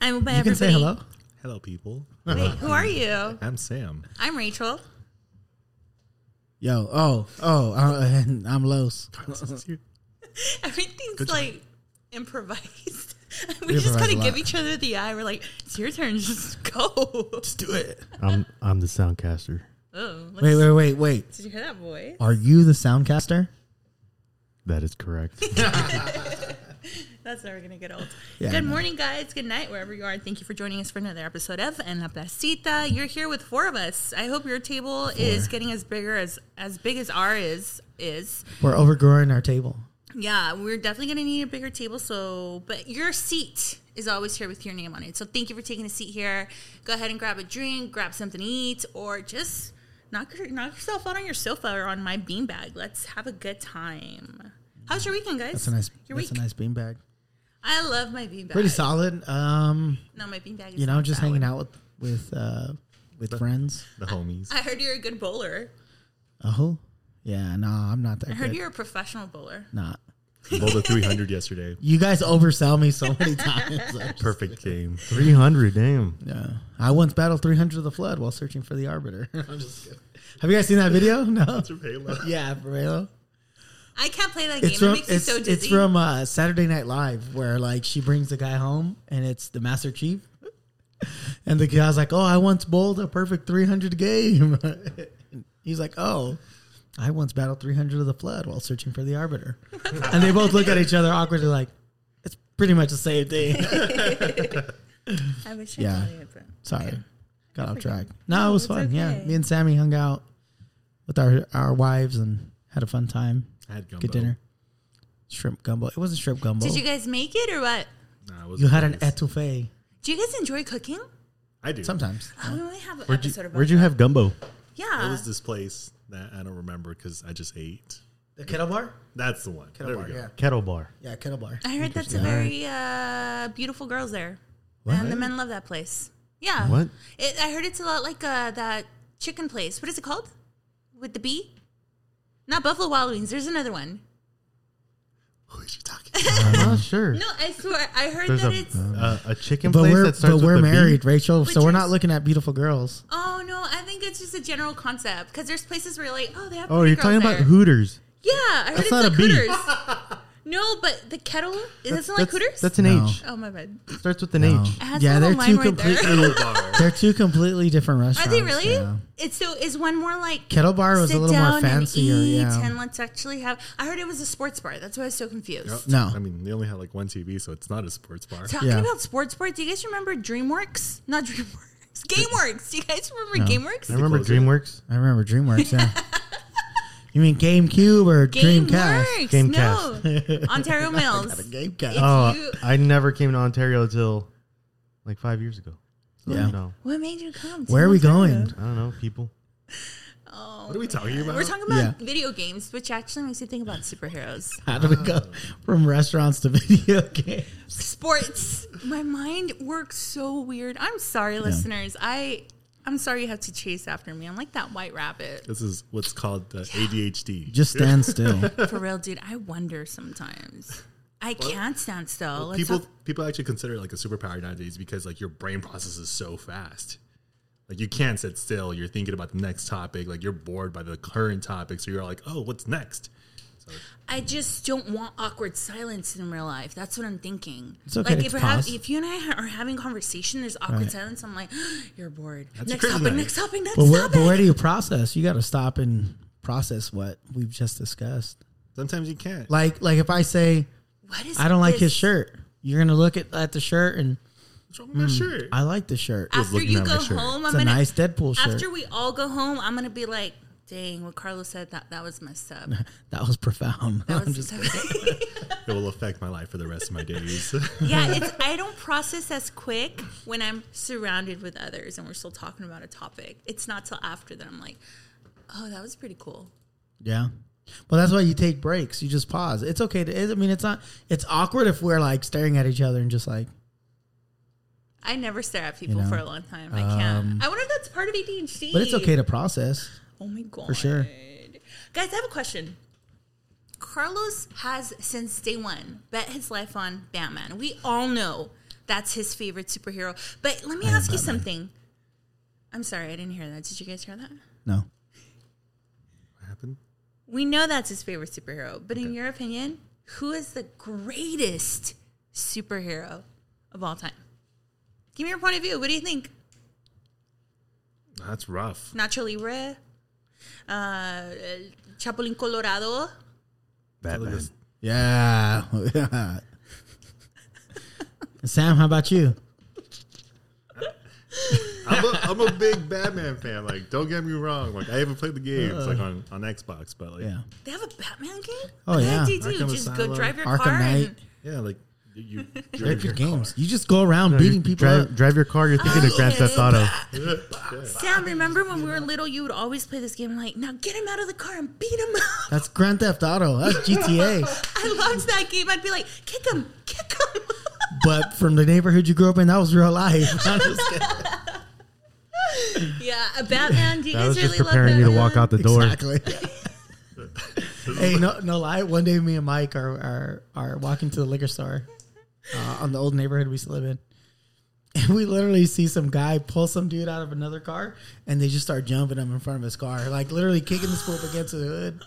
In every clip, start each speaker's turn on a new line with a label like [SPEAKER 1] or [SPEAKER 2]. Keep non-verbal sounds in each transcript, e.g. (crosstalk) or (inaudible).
[SPEAKER 1] I'm
[SPEAKER 2] You can
[SPEAKER 1] everybody.
[SPEAKER 2] say hello.
[SPEAKER 3] Hello,
[SPEAKER 4] (laughs)
[SPEAKER 3] people.
[SPEAKER 1] Wait, who are you?
[SPEAKER 3] I'm Sam.
[SPEAKER 1] I'm Rachel.
[SPEAKER 2] Yo, oh, oh, uh, (laughs) I'm Los.
[SPEAKER 1] Everything's like improvised. (laughs)
[SPEAKER 2] We
[SPEAKER 1] we just
[SPEAKER 2] improvise
[SPEAKER 1] kind
[SPEAKER 2] a
[SPEAKER 1] of give
[SPEAKER 2] lot.
[SPEAKER 1] each other the eye. We're like, it's your turn. (laughs) Just go.
[SPEAKER 2] Just do it.
[SPEAKER 4] I'm I'm the soundcaster.
[SPEAKER 1] Oh, let's-
[SPEAKER 2] Wait, wait, wait, wait.
[SPEAKER 1] Did you hear that voice?
[SPEAKER 2] Are you the soundcaster?
[SPEAKER 4] That is correct.
[SPEAKER 1] That's never gonna get old.
[SPEAKER 2] Yeah, I
[SPEAKER 1] Good
[SPEAKER 2] know.
[SPEAKER 1] morning, guys. Good night, wherever you are. and Thank you for joining us for another episode of En La Placita. You're here with four of us. I hope your table is getting as bigger as as big as our is is.
[SPEAKER 2] We're overgrowing our table.
[SPEAKER 1] Yeah, we're definitely gonna need a bigger table. So, but your seat is always here with your name on it. So thank you for taking a seat here. Go ahead and grab a drink, grab something to eat, or just knock your, knock yourself out on your sofa or on my beanbag. Let's have a good time. How's your weekend, guys?
[SPEAKER 2] That's a nice.
[SPEAKER 1] Your
[SPEAKER 2] that's
[SPEAKER 1] week.
[SPEAKER 2] a nice beanbag.
[SPEAKER 1] I love my beanbag.
[SPEAKER 2] Pretty solid. Um,
[SPEAKER 1] No, my beanbag. Is
[SPEAKER 2] you know,
[SPEAKER 1] not
[SPEAKER 2] just
[SPEAKER 1] that
[SPEAKER 2] hanging
[SPEAKER 1] one.
[SPEAKER 2] out with with uh, with friends.
[SPEAKER 3] (laughs) The homies.
[SPEAKER 1] I heard you're a good bowler.
[SPEAKER 2] Oh, yeah. No, I'm not that
[SPEAKER 1] I heard
[SPEAKER 2] good.
[SPEAKER 1] you're a professional bowler.
[SPEAKER 2] Not.
[SPEAKER 3] Rolled a 300 yesterday.
[SPEAKER 2] You guys oversell me so
[SPEAKER 1] (laughs)
[SPEAKER 2] many times.
[SPEAKER 3] Perfect game.
[SPEAKER 4] Three hundred, damn.
[SPEAKER 2] yeah. I once battled 300 of the flood while searching for the arbiter. (laughs) I'm just kidding. Have you guys seen that video? No. (laughs) Yeah, for real.
[SPEAKER 1] I can't play that game.
[SPEAKER 2] It's from
[SPEAKER 1] it makes me
[SPEAKER 2] it's,
[SPEAKER 1] so dizzy.
[SPEAKER 2] it's from uh, Saturday Night Live where like she brings the guy home and it's the Master Chief, (laughs) and the guy's like, "Oh, I once bowled a perfect 300 game." (laughs) He's like, "Oh, I once battled 300 of the flood while searching for the Arbiter," and they both look at each other awkwardly, like, "It's pretty much the same thing." (laughs)
[SPEAKER 1] I wish I
[SPEAKER 2] yeah.
[SPEAKER 1] yeah. it, but
[SPEAKER 2] Sorry, got off track. No, it was
[SPEAKER 1] it's
[SPEAKER 2] fun. Yeah,
[SPEAKER 1] okay.
[SPEAKER 2] me and Sammy hung out with our our wives and had a fun time.
[SPEAKER 3] I had gumbo.
[SPEAKER 2] Good dinner. Shrimp gumbo. It wasn't shrimp gumbo.
[SPEAKER 1] Did you guys make it or what?
[SPEAKER 3] Nah, it was
[SPEAKER 2] You had an
[SPEAKER 3] nice.
[SPEAKER 2] etouffee
[SPEAKER 1] Do you guys enjoy cooking?
[SPEAKER 3] I do.
[SPEAKER 2] sometimes.
[SPEAKER 1] Oh, we only have an
[SPEAKER 4] Where'd you
[SPEAKER 1] episode about
[SPEAKER 4] Where'd you have gumbo?
[SPEAKER 1] that.
[SPEAKER 3] It
[SPEAKER 1] Yeah.
[SPEAKER 2] (laughs)
[SPEAKER 3] was this place that I don't remember because I just ate.
[SPEAKER 2] The kettle bar?
[SPEAKER 3] That's the one.
[SPEAKER 2] Kettle
[SPEAKER 3] there
[SPEAKER 2] bar,
[SPEAKER 3] we go.
[SPEAKER 2] yeah.
[SPEAKER 4] Kettle bar.
[SPEAKER 2] Yeah, kettle bar.
[SPEAKER 1] I heard that's a very uh, beautiful girls there, and the men love that place. Yeah.
[SPEAKER 4] What?
[SPEAKER 1] It, I heard it's a lot like uh, that chicken place. What is it called? With the bee? Not Buffalo Wild Wings. There's another one.
[SPEAKER 3] Who is she
[SPEAKER 2] (laughs)
[SPEAKER 3] talking?
[SPEAKER 4] I'm not sure.
[SPEAKER 1] No, I swear. I heard
[SPEAKER 4] There's
[SPEAKER 1] that
[SPEAKER 4] a
[SPEAKER 1] it's.
[SPEAKER 4] uh, a chicken
[SPEAKER 2] But
[SPEAKER 4] place
[SPEAKER 2] we're,
[SPEAKER 4] that starts
[SPEAKER 2] but
[SPEAKER 4] with
[SPEAKER 2] we're
[SPEAKER 4] a B?
[SPEAKER 2] married, Rachel,
[SPEAKER 1] But
[SPEAKER 2] so we're
[SPEAKER 1] you're-
[SPEAKER 2] not looking at beautiful girls.
[SPEAKER 1] Oh no, I think it's just a general concept because there's places where you're like, oh, they have.
[SPEAKER 4] Oh,
[SPEAKER 1] pretty
[SPEAKER 4] you're talking
[SPEAKER 1] girls
[SPEAKER 4] about
[SPEAKER 1] there.
[SPEAKER 4] Hooters.
[SPEAKER 1] Yeah, I heard
[SPEAKER 4] That's
[SPEAKER 1] it's
[SPEAKER 4] not
[SPEAKER 1] like
[SPEAKER 4] a B.
[SPEAKER 1] Hooters. no, but the kettle is that's, not like
[SPEAKER 4] that's,
[SPEAKER 1] Hooters.
[SPEAKER 4] That's an
[SPEAKER 2] No.
[SPEAKER 4] H.
[SPEAKER 1] oh my bad.
[SPEAKER 4] Oh. It starts with an H.
[SPEAKER 1] I had
[SPEAKER 2] Yeah,
[SPEAKER 1] some
[SPEAKER 2] they're
[SPEAKER 1] of mine
[SPEAKER 2] two
[SPEAKER 1] right there.
[SPEAKER 2] complete-
[SPEAKER 3] Kettle bar.
[SPEAKER 2] (laughs) They're two completely different
[SPEAKER 1] Are
[SPEAKER 2] restaurants.
[SPEAKER 1] they really?
[SPEAKER 2] yeah.
[SPEAKER 1] It's so is one more like
[SPEAKER 2] Kettle bar was
[SPEAKER 1] sit
[SPEAKER 2] a little
[SPEAKER 1] down
[SPEAKER 2] more fancier.
[SPEAKER 1] and eat
[SPEAKER 2] Yeah.
[SPEAKER 1] and let's actually have. I heard it was a sports bar. That's why I was so confused.
[SPEAKER 3] Yep.
[SPEAKER 2] No.
[SPEAKER 3] I mean, they only had like one TV, so it's not a sports bar.
[SPEAKER 1] Talking
[SPEAKER 2] Yeah.
[SPEAKER 1] about sports bar, do you guys remember DreamWorks? Not DreamWorks. (laughs) GameWorks. Do you guys remember
[SPEAKER 4] I
[SPEAKER 1] GameWorks?
[SPEAKER 4] remember
[SPEAKER 3] close it?
[SPEAKER 4] DreamWorks.
[SPEAKER 2] I remember DreamWorks, yeah.
[SPEAKER 4] (laughs)
[SPEAKER 2] you mean GameCube or Dreamcast?
[SPEAKER 1] GameWorks.
[SPEAKER 2] (laughs)
[SPEAKER 4] Dreamcast.
[SPEAKER 1] No. Ontario Mills.
[SPEAKER 2] GameCast.
[SPEAKER 4] Oh,
[SPEAKER 1] you-
[SPEAKER 4] I never came to Ontario till like five years ago. So
[SPEAKER 2] Yeah.
[SPEAKER 4] yeah. No,
[SPEAKER 1] What made you come? to
[SPEAKER 2] Where are we
[SPEAKER 1] Ontario?
[SPEAKER 2] going?
[SPEAKER 4] I don't know people.
[SPEAKER 1] Oh,
[SPEAKER 3] What are we talking about?
[SPEAKER 1] We're talking about
[SPEAKER 2] Yeah.
[SPEAKER 1] video games, which actually makes you think about superheroes.
[SPEAKER 2] How do we go from restaurants to (laughs) video games?
[SPEAKER 1] Sports. My mind works so weird. I'm sorry, listeners. I I'm sorry you have to chase after me. I'm like that white
[SPEAKER 2] (laughs)
[SPEAKER 1] rabbit.
[SPEAKER 3] this is what's called uh, ADHD.
[SPEAKER 2] Just stand (laughs) still.
[SPEAKER 1] For real, dude. I wonder sometimes. I can't stand still. Let's
[SPEAKER 3] people
[SPEAKER 1] talk-
[SPEAKER 3] people actually consider it like a superpower nowadays because like your brain processes so fast. Like you can't sit still. You're thinking about the next topic. Like you're bored by the current topic, so you're like, oh, what's next?
[SPEAKER 1] I just don't want awkward silence in real life. That's what I'm thinking.
[SPEAKER 2] It's okay
[SPEAKER 1] Like
[SPEAKER 2] to
[SPEAKER 1] if, we're hav-
[SPEAKER 2] pause.
[SPEAKER 1] if you and I ha- are having conversation, there's awkward silence. I'm like, (gasps) you're bored.
[SPEAKER 3] a
[SPEAKER 1] next
[SPEAKER 3] crazy
[SPEAKER 1] topic,
[SPEAKER 3] night.
[SPEAKER 1] next topic, next
[SPEAKER 2] But where,
[SPEAKER 1] topic.
[SPEAKER 2] but where do you process? You got to stop and process what we've just discussed.
[SPEAKER 3] Sometimes you can't.
[SPEAKER 2] Like, like if I say
[SPEAKER 1] what is
[SPEAKER 2] I don't like his
[SPEAKER 1] this?
[SPEAKER 2] shirt, you're gonna look at, at the shirt and
[SPEAKER 3] What's wrong with my shirt?
[SPEAKER 2] I like the shirt. It's
[SPEAKER 1] After
[SPEAKER 3] looking
[SPEAKER 1] you
[SPEAKER 3] at
[SPEAKER 1] go
[SPEAKER 3] my shirt.
[SPEAKER 1] home, I'm
[SPEAKER 2] a
[SPEAKER 1] gonna
[SPEAKER 2] nice Deadpool shirt.
[SPEAKER 1] After we all go home, I'm gonna be like, "Dang, what Carlos said that that was messed
[SPEAKER 2] (laughs)
[SPEAKER 1] up."
[SPEAKER 2] That was profound. (laughs)
[SPEAKER 1] That (laughs)
[SPEAKER 2] I'm
[SPEAKER 1] was
[SPEAKER 2] just
[SPEAKER 3] it will affect my life for the rest of my days.
[SPEAKER 1] yeah,
[SPEAKER 2] (laughs)
[SPEAKER 1] it's I don't process as quick when I'm surrounded with others and we're still talking about a topic. It's not till after that I'm like, "Oh, that was pretty cool."
[SPEAKER 2] yeah. Well, that's why you take breaks. You just pause. It's okay to. I mean, it's not. It's awkward if we're like staring at each other and just like.
[SPEAKER 1] I never stare at people
[SPEAKER 2] know, Um,
[SPEAKER 1] for a long time. I can't. I wonder if that's part of ADHD.
[SPEAKER 2] But it's okay to process.
[SPEAKER 1] Oh my god.
[SPEAKER 2] For sure.
[SPEAKER 1] Guys, I have a question. Carlos has since day one bet his life on Batman. We all know That's his favorite superhero. But let me ask you something. I'm sorry, I didn't hear that. Did you guys hear that?
[SPEAKER 2] No.
[SPEAKER 3] What happened?
[SPEAKER 1] We know that's his favorite superhero, but in your opinion, who is the greatest superhero of all time? Give me your point of view. What do you think?
[SPEAKER 3] That's rough.
[SPEAKER 1] Nacho Libre, uh, Chapulín Colorado.
[SPEAKER 3] Batman.
[SPEAKER 2] Yeah. (laughs) Sam, how about you?
[SPEAKER 3] I'm a, I'm a big Batman fan. Like, don't get me wrong. Like, I haven't played the games like on, on Xbox, but like,
[SPEAKER 2] Yeah.
[SPEAKER 3] yeah,
[SPEAKER 1] They have a Batman game.
[SPEAKER 2] Oh,
[SPEAKER 1] What the
[SPEAKER 2] yeah.
[SPEAKER 1] heck do you do?
[SPEAKER 3] Arkham
[SPEAKER 1] Just go
[SPEAKER 3] Asylum,
[SPEAKER 1] drive your
[SPEAKER 2] Arkham
[SPEAKER 1] car.
[SPEAKER 2] Knight.
[SPEAKER 1] And,
[SPEAKER 3] like you, you
[SPEAKER 2] They're good games. You just go around beating people
[SPEAKER 4] drive,
[SPEAKER 2] up.
[SPEAKER 4] drive your car. You're thinking of Grand Theft Auto.
[SPEAKER 1] Sam, remember when we were little, you would always play this game like, now get him out of the car and beat him up.
[SPEAKER 2] That's Grand Theft Auto. That's GTA.
[SPEAKER 1] (laughs) I loved that game. I'd be like, kick him, kick him.
[SPEAKER 2] but from the neighborhood you grew up in, that was real life.
[SPEAKER 1] (laughs)
[SPEAKER 2] (laughs)
[SPEAKER 1] yeah, a Batman. Do you
[SPEAKER 4] I
[SPEAKER 1] guys
[SPEAKER 4] was
[SPEAKER 1] really
[SPEAKER 4] just
[SPEAKER 1] love Batman?
[SPEAKER 4] preparing you to walk out the door.
[SPEAKER 2] Exactly.
[SPEAKER 1] (laughs)
[SPEAKER 2] hey, no, no lie. One day, me and Mike are are, are walking to the liquor store uh, on the old neighborhood we used to live in, and we literally see some guy pull some dude out of another car, and they just start jumping him in front of his car, like literally kicking this fool up against the hood,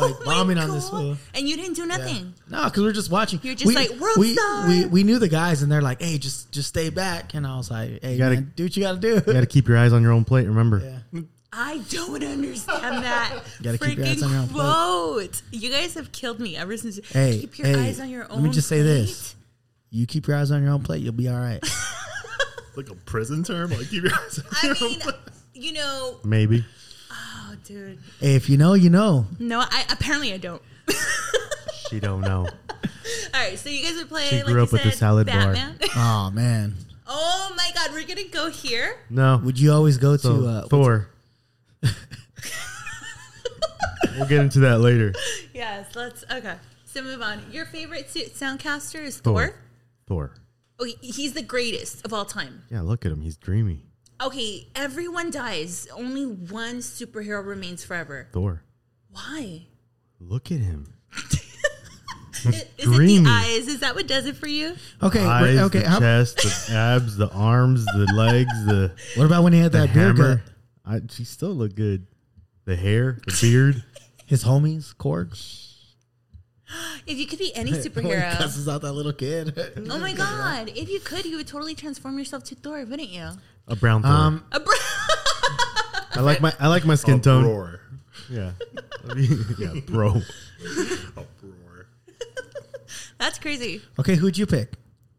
[SPEAKER 1] (laughs)
[SPEAKER 2] like bombing on this
[SPEAKER 1] Cool.
[SPEAKER 2] fool.
[SPEAKER 1] Oh And you didn't do nothing.
[SPEAKER 2] No, because we're just watching.
[SPEAKER 1] You're just like, "World
[SPEAKER 2] we,
[SPEAKER 1] star!"
[SPEAKER 2] we we knew the guys, and they're like, "Hey, just just stay back." And I was like, "Hey,
[SPEAKER 4] gotta-
[SPEAKER 2] man, do what you got to do."
[SPEAKER 4] You got to keep your eyes on your own plate. Remember,
[SPEAKER 2] Yeah.
[SPEAKER 1] I don't understand that.
[SPEAKER 2] (laughs) Gotta
[SPEAKER 1] freaking
[SPEAKER 2] keep your eyes on your own plate.
[SPEAKER 1] quote. You guys have killed me ever since.
[SPEAKER 2] Hey,
[SPEAKER 1] keep your
[SPEAKER 2] hey,
[SPEAKER 1] eyes on your own.
[SPEAKER 2] let me just say this.
[SPEAKER 1] plate.
[SPEAKER 2] You keep your eyes on your own plate, you'll be all right.
[SPEAKER 3] like a prison term. Like, keep your eyes. on
[SPEAKER 1] I
[SPEAKER 3] your
[SPEAKER 2] (laughs)
[SPEAKER 3] own
[SPEAKER 1] mean,
[SPEAKER 3] (laughs) place.
[SPEAKER 1] you know,
[SPEAKER 4] maybe.
[SPEAKER 1] oh, dude.
[SPEAKER 2] Hey, if you know, you know.
[SPEAKER 1] No, I apparently I don't.
[SPEAKER 4] She don't know.
[SPEAKER 1] All right, so you guys would play.
[SPEAKER 4] She
[SPEAKER 1] like
[SPEAKER 4] grew
[SPEAKER 1] you
[SPEAKER 4] up with a
[SPEAKER 1] said,
[SPEAKER 4] salad bar.
[SPEAKER 1] Batman. (laughs)
[SPEAKER 2] Oh man,
[SPEAKER 1] oh my God, we're gonna go here.
[SPEAKER 4] No,
[SPEAKER 2] would you always go to
[SPEAKER 4] so,
[SPEAKER 2] uh,
[SPEAKER 4] Thor. (laughs) we'll get into that later.
[SPEAKER 1] Yes, let's. Okay, so move on. Your favorite su- soundcaster is Thor.
[SPEAKER 4] Thor. Thor.
[SPEAKER 1] Oh, he- he's the greatest of all time.
[SPEAKER 4] Yeah, look at him. He's dreamy.
[SPEAKER 1] Okay, everyone dies. Only one superhero remains forever.
[SPEAKER 4] Thor.
[SPEAKER 1] Why?
[SPEAKER 4] Look at him.
[SPEAKER 1] Is it
[SPEAKER 4] dreamy.
[SPEAKER 1] the eyes? Is that what does it for you?
[SPEAKER 2] Okay,
[SPEAKER 4] Eyes,
[SPEAKER 2] we're- okay.
[SPEAKER 4] the
[SPEAKER 2] How,
[SPEAKER 4] chest, the abs, the arms, the legs, the,
[SPEAKER 2] what about when he had
[SPEAKER 4] the
[SPEAKER 2] that beer
[SPEAKER 4] hammer.
[SPEAKER 2] gut?
[SPEAKER 4] I, she still looked good. The hair, the beard.
[SPEAKER 2] His homies, Korg.
[SPEAKER 1] If you could be
[SPEAKER 4] (laughs)
[SPEAKER 1] any
[SPEAKER 2] (laughs) When he
[SPEAKER 1] superhero.
[SPEAKER 2] cusses out that little kid.
[SPEAKER 1] Oh my god! If you could, you would totally transform yourself to Thor, wouldn't you?
[SPEAKER 4] A brown
[SPEAKER 2] (laughs)
[SPEAKER 4] Thor.
[SPEAKER 2] um,
[SPEAKER 1] A bro-
[SPEAKER 4] I like my I like my skin tone.
[SPEAKER 3] Uproar.
[SPEAKER 4] (laughs) Yeah. yeah, bro.
[SPEAKER 3] Uproar.
[SPEAKER 1] (laughs) That's crazy.
[SPEAKER 2] okay, who'd you pick?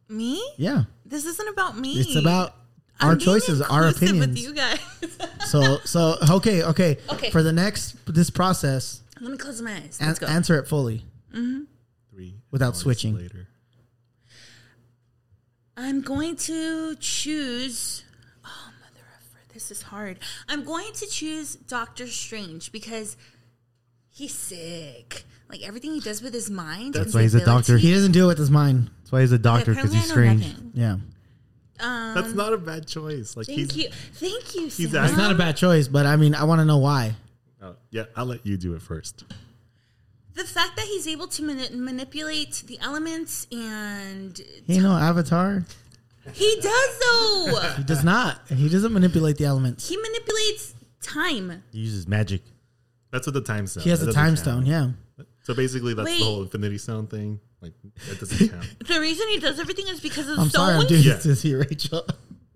[SPEAKER 1] Me?
[SPEAKER 2] Yeah,
[SPEAKER 1] This isn't about me.
[SPEAKER 2] it's about
[SPEAKER 1] I'm
[SPEAKER 2] our
[SPEAKER 1] being
[SPEAKER 2] choices, our
[SPEAKER 1] inclusive With
[SPEAKER 2] opinions.
[SPEAKER 1] you (laughs) guys.
[SPEAKER 2] So, so okay, okay,
[SPEAKER 1] Okay.
[SPEAKER 2] For the next this process,
[SPEAKER 1] Let me close my eyes.
[SPEAKER 2] an-
[SPEAKER 1] Let's go.
[SPEAKER 2] answer it fully.
[SPEAKER 3] Three
[SPEAKER 2] Without
[SPEAKER 3] hours
[SPEAKER 2] switching.
[SPEAKER 3] Later.
[SPEAKER 1] I'm going to choose. Oh, mother of fr- this is hard. I'm going to choose Doctor Strange because he's sick. Like everything he does with his mind.
[SPEAKER 4] That's
[SPEAKER 1] his
[SPEAKER 4] why he's a doctor.
[SPEAKER 2] He
[SPEAKER 1] ability-
[SPEAKER 2] doesn't do it with his mind.
[SPEAKER 4] That's why he's a doctor because
[SPEAKER 1] Apparently
[SPEAKER 4] he's
[SPEAKER 1] I know
[SPEAKER 4] strange.
[SPEAKER 1] nothing.
[SPEAKER 2] Yeah,
[SPEAKER 1] Um,
[SPEAKER 3] That's not a bad choice. Like,
[SPEAKER 1] Thank
[SPEAKER 3] he's,
[SPEAKER 1] you. Thank you.
[SPEAKER 3] he's
[SPEAKER 1] Sam.
[SPEAKER 2] it's not a bad choice, but I mean, I want to know why.
[SPEAKER 3] Oh, yeah, I'll let you do it first.
[SPEAKER 1] the fact that he's able to mani- manipulate the elements and
[SPEAKER 2] You know, Avatar.
[SPEAKER 1] he does though. (laughs)
[SPEAKER 2] He does not. He doesn't manipulate the elements.
[SPEAKER 1] he manipulates time.
[SPEAKER 4] He uses magic.
[SPEAKER 3] That's what the time stone.
[SPEAKER 2] He has
[SPEAKER 3] that
[SPEAKER 2] a
[SPEAKER 3] doesn't
[SPEAKER 2] time
[SPEAKER 3] count.
[SPEAKER 2] stone. Yeah.
[SPEAKER 3] So basically, that's
[SPEAKER 1] Wait.
[SPEAKER 3] the whole Infinity Stone thing. Like, that doesn't count.
[SPEAKER 2] (laughs)
[SPEAKER 1] The reason he does everything is because of
[SPEAKER 2] I'm sorry, I'm
[SPEAKER 1] stone.
[SPEAKER 2] doing
[SPEAKER 3] Yeah.
[SPEAKER 2] this to you, Rachel.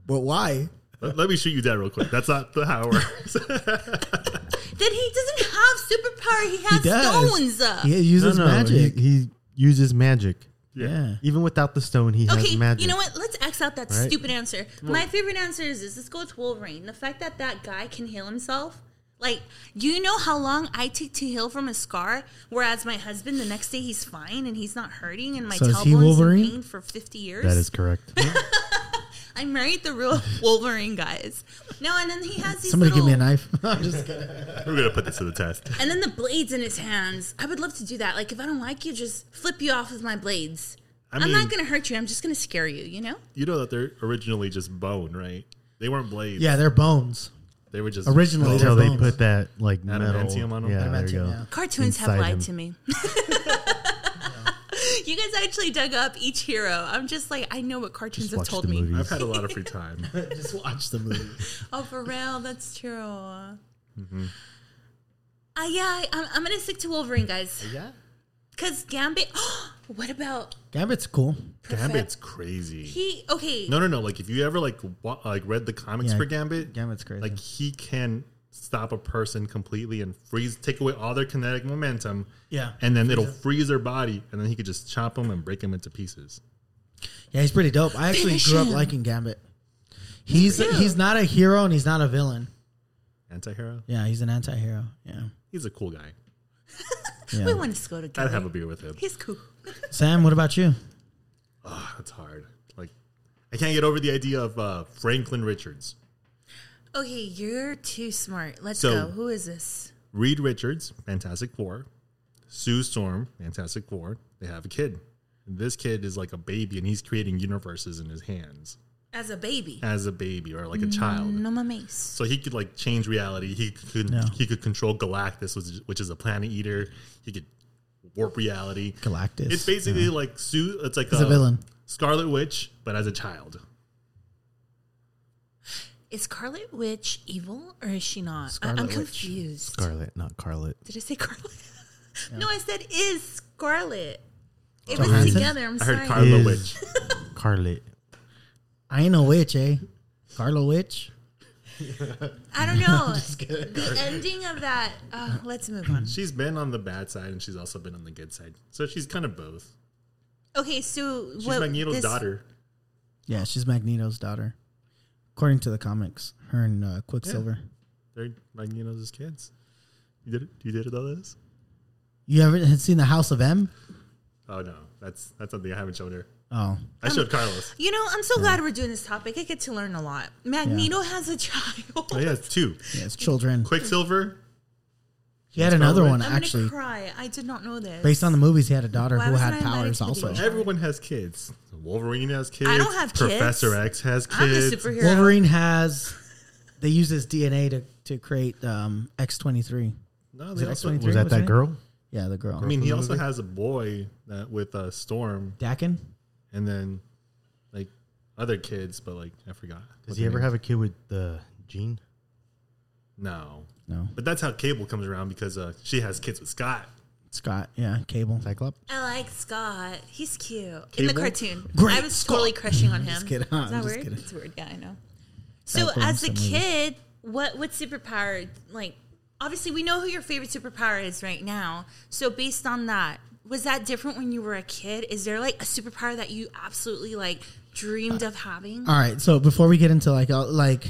[SPEAKER 2] But why?
[SPEAKER 3] Let, let me shoot you dead real quick. That's not the
[SPEAKER 2] (laughs)
[SPEAKER 3] how (laughs) it works.
[SPEAKER 1] then he doesn't have superpower. He has
[SPEAKER 2] does.
[SPEAKER 1] stones.
[SPEAKER 2] He uses magic.
[SPEAKER 4] He, he uses magic.
[SPEAKER 2] yeah.
[SPEAKER 4] Even without the stone, he
[SPEAKER 1] Okay,
[SPEAKER 4] has magic.
[SPEAKER 1] you know what? Let's X out that
[SPEAKER 4] Right.
[SPEAKER 1] stupid answer. My favorite answer is this. Let's go with Wolverine. The fact that that guy can heal himself. Like, do you know how long I take to heal from a scar? Whereas my husband, the next day he's fine and he's not hurting, and my
[SPEAKER 2] So is he
[SPEAKER 1] tailbone's in
[SPEAKER 2] Wolverine?
[SPEAKER 1] pain for fifty years.
[SPEAKER 4] That is correct.
[SPEAKER 1] I married the
[SPEAKER 2] (laughs)
[SPEAKER 1] real Wolverine guys. No, and then he has these
[SPEAKER 2] Somebody give me a
[SPEAKER 1] little-
[SPEAKER 2] knife. (laughs) I'm just kidding.
[SPEAKER 3] We're gonna put this to the test.
[SPEAKER 1] And then the blades in his hands. I would love to do that. Like, if I don't like you, just flip you off with my blades.
[SPEAKER 3] I
[SPEAKER 1] I'm
[SPEAKER 3] mean,
[SPEAKER 1] not gonna hurt you. I'm just gonna scare you. You know.
[SPEAKER 3] you know that they're originally just bone, right? They weren't blades.
[SPEAKER 2] Yeah, they're bones.
[SPEAKER 3] they were just
[SPEAKER 2] Originally,
[SPEAKER 3] bone.
[SPEAKER 2] they're
[SPEAKER 4] Until they
[SPEAKER 2] bones.
[SPEAKER 4] put that like metal.
[SPEAKER 3] Adamantium on him?
[SPEAKER 4] Yeah, there you
[SPEAKER 2] Adamantium,
[SPEAKER 1] (laughs)
[SPEAKER 4] go.
[SPEAKER 2] yeah.
[SPEAKER 1] Cartoons have
[SPEAKER 4] Inside
[SPEAKER 1] lied
[SPEAKER 4] him.
[SPEAKER 1] to me. You guys actually dug up each hero. I'm just like, I know what cartoons
[SPEAKER 4] Just
[SPEAKER 1] have
[SPEAKER 4] watch
[SPEAKER 1] told
[SPEAKER 4] the
[SPEAKER 1] me.
[SPEAKER 4] movies.
[SPEAKER 3] I've had a lot of free time.
[SPEAKER 2] (laughs) Just watch the movie.
[SPEAKER 1] Oh, for real, that's true.
[SPEAKER 3] Mm-hmm.
[SPEAKER 1] Uh, yeah, I, I'm, I'm gonna stick to Wolverine, guys,
[SPEAKER 2] Yeah.
[SPEAKER 1] because Gambit. (gasps) what about
[SPEAKER 2] Gambit's cool.
[SPEAKER 3] Gambit's crazy.
[SPEAKER 1] he? Okay,
[SPEAKER 3] No, no, no. Like if you ever like wa- like read the comics
[SPEAKER 2] Yeah,
[SPEAKER 3] for Gambit,
[SPEAKER 2] Gambit's crazy.
[SPEAKER 3] like he can stop a person completely and freeze, take away all their kinetic momentum.
[SPEAKER 2] Yeah.
[SPEAKER 3] and then it'll freeze their body, and then he could just chop them and break them into pieces.
[SPEAKER 2] Yeah, he's pretty dope. I actually
[SPEAKER 1] Finish
[SPEAKER 2] grew up
[SPEAKER 1] him.
[SPEAKER 2] liking Gambit. He's
[SPEAKER 1] too.
[SPEAKER 2] he's not a hero and he's not a villain.
[SPEAKER 3] Antihero.
[SPEAKER 2] Yeah, he's an anti-hero. Yeah.
[SPEAKER 3] He's a cool guy.
[SPEAKER 2] yeah.
[SPEAKER 1] we want to go together.
[SPEAKER 3] I'd have a beer with him. (laughs)
[SPEAKER 1] He's cool.
[SPEAKER 2] Sam, what about you?
[SPEAKER 3] Ah, that's hard. Like, I can't get over the idea of uh, Franklin Richards.
[SPEAKER 1] Okay, you're too smart. Let's
[SPEAKER 3] So-
[SPEAKER 1] go. Who is this?
[SPEAKER 3] Reed Richards, Fantastic Four. Sue Storm, Fantastic Four. They have a kid. This kid is like a baby, and he's creating universes in his hands
[SPEAKER 1] As a baby,
[SPEAKER 3] as a baby or like a child.
[SPEAKER 1] no mames.
[SPEAKER 3] So he could like change reality. He could
[SPEAKER 2] No.
[SPEAKER 3] he could control Galactus, which is, which is a planet eater. He could warp reality.
[SPEAKER 2] Galactus.
[SPEAKER 3] It's basically like Sue. It's like
[SPEAKER 2] He's a villain.
[SPEAKER 3] Scarlet Witch, but as a child.
[SPEAKER 1] Is Scarlet Witch evil or is she not? I, am
[SPEAKER 2] Scarlet Witch.
[SPEAKER 1] confused.
[SPEAKER 4] Scarlet, not Carlet.
[SPEAKER 1] Did I say Scarlet? No, I said is Scarlet. It was
[SPEAKER 2] Johansson?
[SPEAKER 1] together. I'm
[SPEAKER 3] I
[SPEAKER 1] sorry.
[SPEAKER 3] heard Carla
[SPEAKER 4] Is-
[SPEAKER 3] Witch.
[SPEAKER 4] Carlet.
[SPEAKER 2] I ain't no witch, eh? Carlo Witch.
[SPEAKER 1] I don't know. the ending of that. Uh, let's move on.
[SPEAKER 3] She's been on the bad side, and she's also been on the good side. So she's kind of both.
[SPEAKER 1] Okay, so
[SPEAKER 3] She's
[SPEAKER 1] what-
[SPEAKER 3] Magneto's
[SPEAKER 1] this-
[SPEAKER 3] daughter.
[SPEAKER 2] Yeah, she's Magneto's daughter, according to the comics. Her and uh, Quicksilver.
[SPEAKER 3] They're Magneto's kids. You did it. You did it all this.
[SPEAKER 2] You haven't had seen the House of M?
[SPEAKER 3] Oh no, that's that's something I haven't shown her.
[SPEAKER 2] Oh,
[SPEAKER 3] I
[SPEAKER 1] Um,
[SPEAKER 3] showed Carlos.
[SPEAKER 1] You know, I'm so glad we're doing this topic. I get to learn a lot. Magneto has a (laughs) child.
[SPEAKER 3] Oh yeah, it's two.
[SPEAKER 2] yeah, it's children.
[SPEAKER 3] Quicksilver.
[SPEAKER 2] He had another
[SPEAKER 3] Scarlet
[SPEAKER 2] one
[SPEAKER 1] I'm
[SPEAKER 2] actually.
[SPEAKER 1] gonna cry. I did not know this.
[SPEAKER 2] Based on the movies, he had a daughter
[SPEAKER 1] Why
[SPEAKER 2] who
[SPEAKER 1] wasn't
[SPEAKER 2] had
[SPEAKER 1] I invited
[SPEAKER 2] powers
[SPEAKER 1] to the
[SPEAKER 2] also.
[SPEAKER 1] dinner?
[SPEAKER 3] Everyone has kids. Wolverine has kids.
[SPEAKER 1] I don't have kids.
[SPEAKER 3] Professor X has kids.
[SPEAKER 1] I'm the superhero.
[SPEAKER 2] Wolverine has. They use his DNA to to create um, X twenty three.
[SPEAKER 3] No,
[SPEAKER 2] Is it
[SPEAKER 3] they also,
[SPEAKER 2] X-23?
[SPEAKER 4] Was that
[SPEAKER 2] What's her name?
[SPEAKER 4] that girl?
[SPEAKER 2] Yeah, the girl.
[SPEAKER 3] I mean, he also has a boy that, with uh, Storm,
[SPEAKER 2] Dakin.
[SPEAKER 3] and then like other kids, but like I forgot.
[SPEAKER 4] Does he ever have a kid with the Jean?
[SPEAKER 3] No,
[SPEAKER 2] No,
[SPEAKER 3] but that's how Cable comes around because uh, she has kids with Scott.
[SPEAKER 2] Scott. Yeah, Cable.
[SPEAKER 4] Cyclops?
[SPEAKER 1] I like Scott. He's cute in the
[SPEAKER 3] Cable?
[SPEAKER 1] cartoon.
[SPEAKER 2] Great
[SPEAKER 1] I was totally crushing on him.
[SPEAKER 2] kidding. (laughs)
[SPEAKER 1] Is that
[SPEAKER 2] I'm just
[SPEAKER 1] weird?
[SPEAKER 2] kidding.
[SPEAKER 1] It's weird. Yeah, I know. So
[SPEAKER 2] That
[SPEAKER 1] as
[SPEAKER 2] burns
[SPEAKER 1] a
[SPEAKER 2] the movie.
[SPEAKER 1] kid, what what superpower? Like, obviously, we know who your favorite superpower is right now. So based on that, was that different when you were a kid? Is there like a superpower that you absolutely like dreamed
[SPEAKER 2] Uh,
[SPEAKER 1] of having?
[SPEAKER 2] All right. So before we get into like all- like,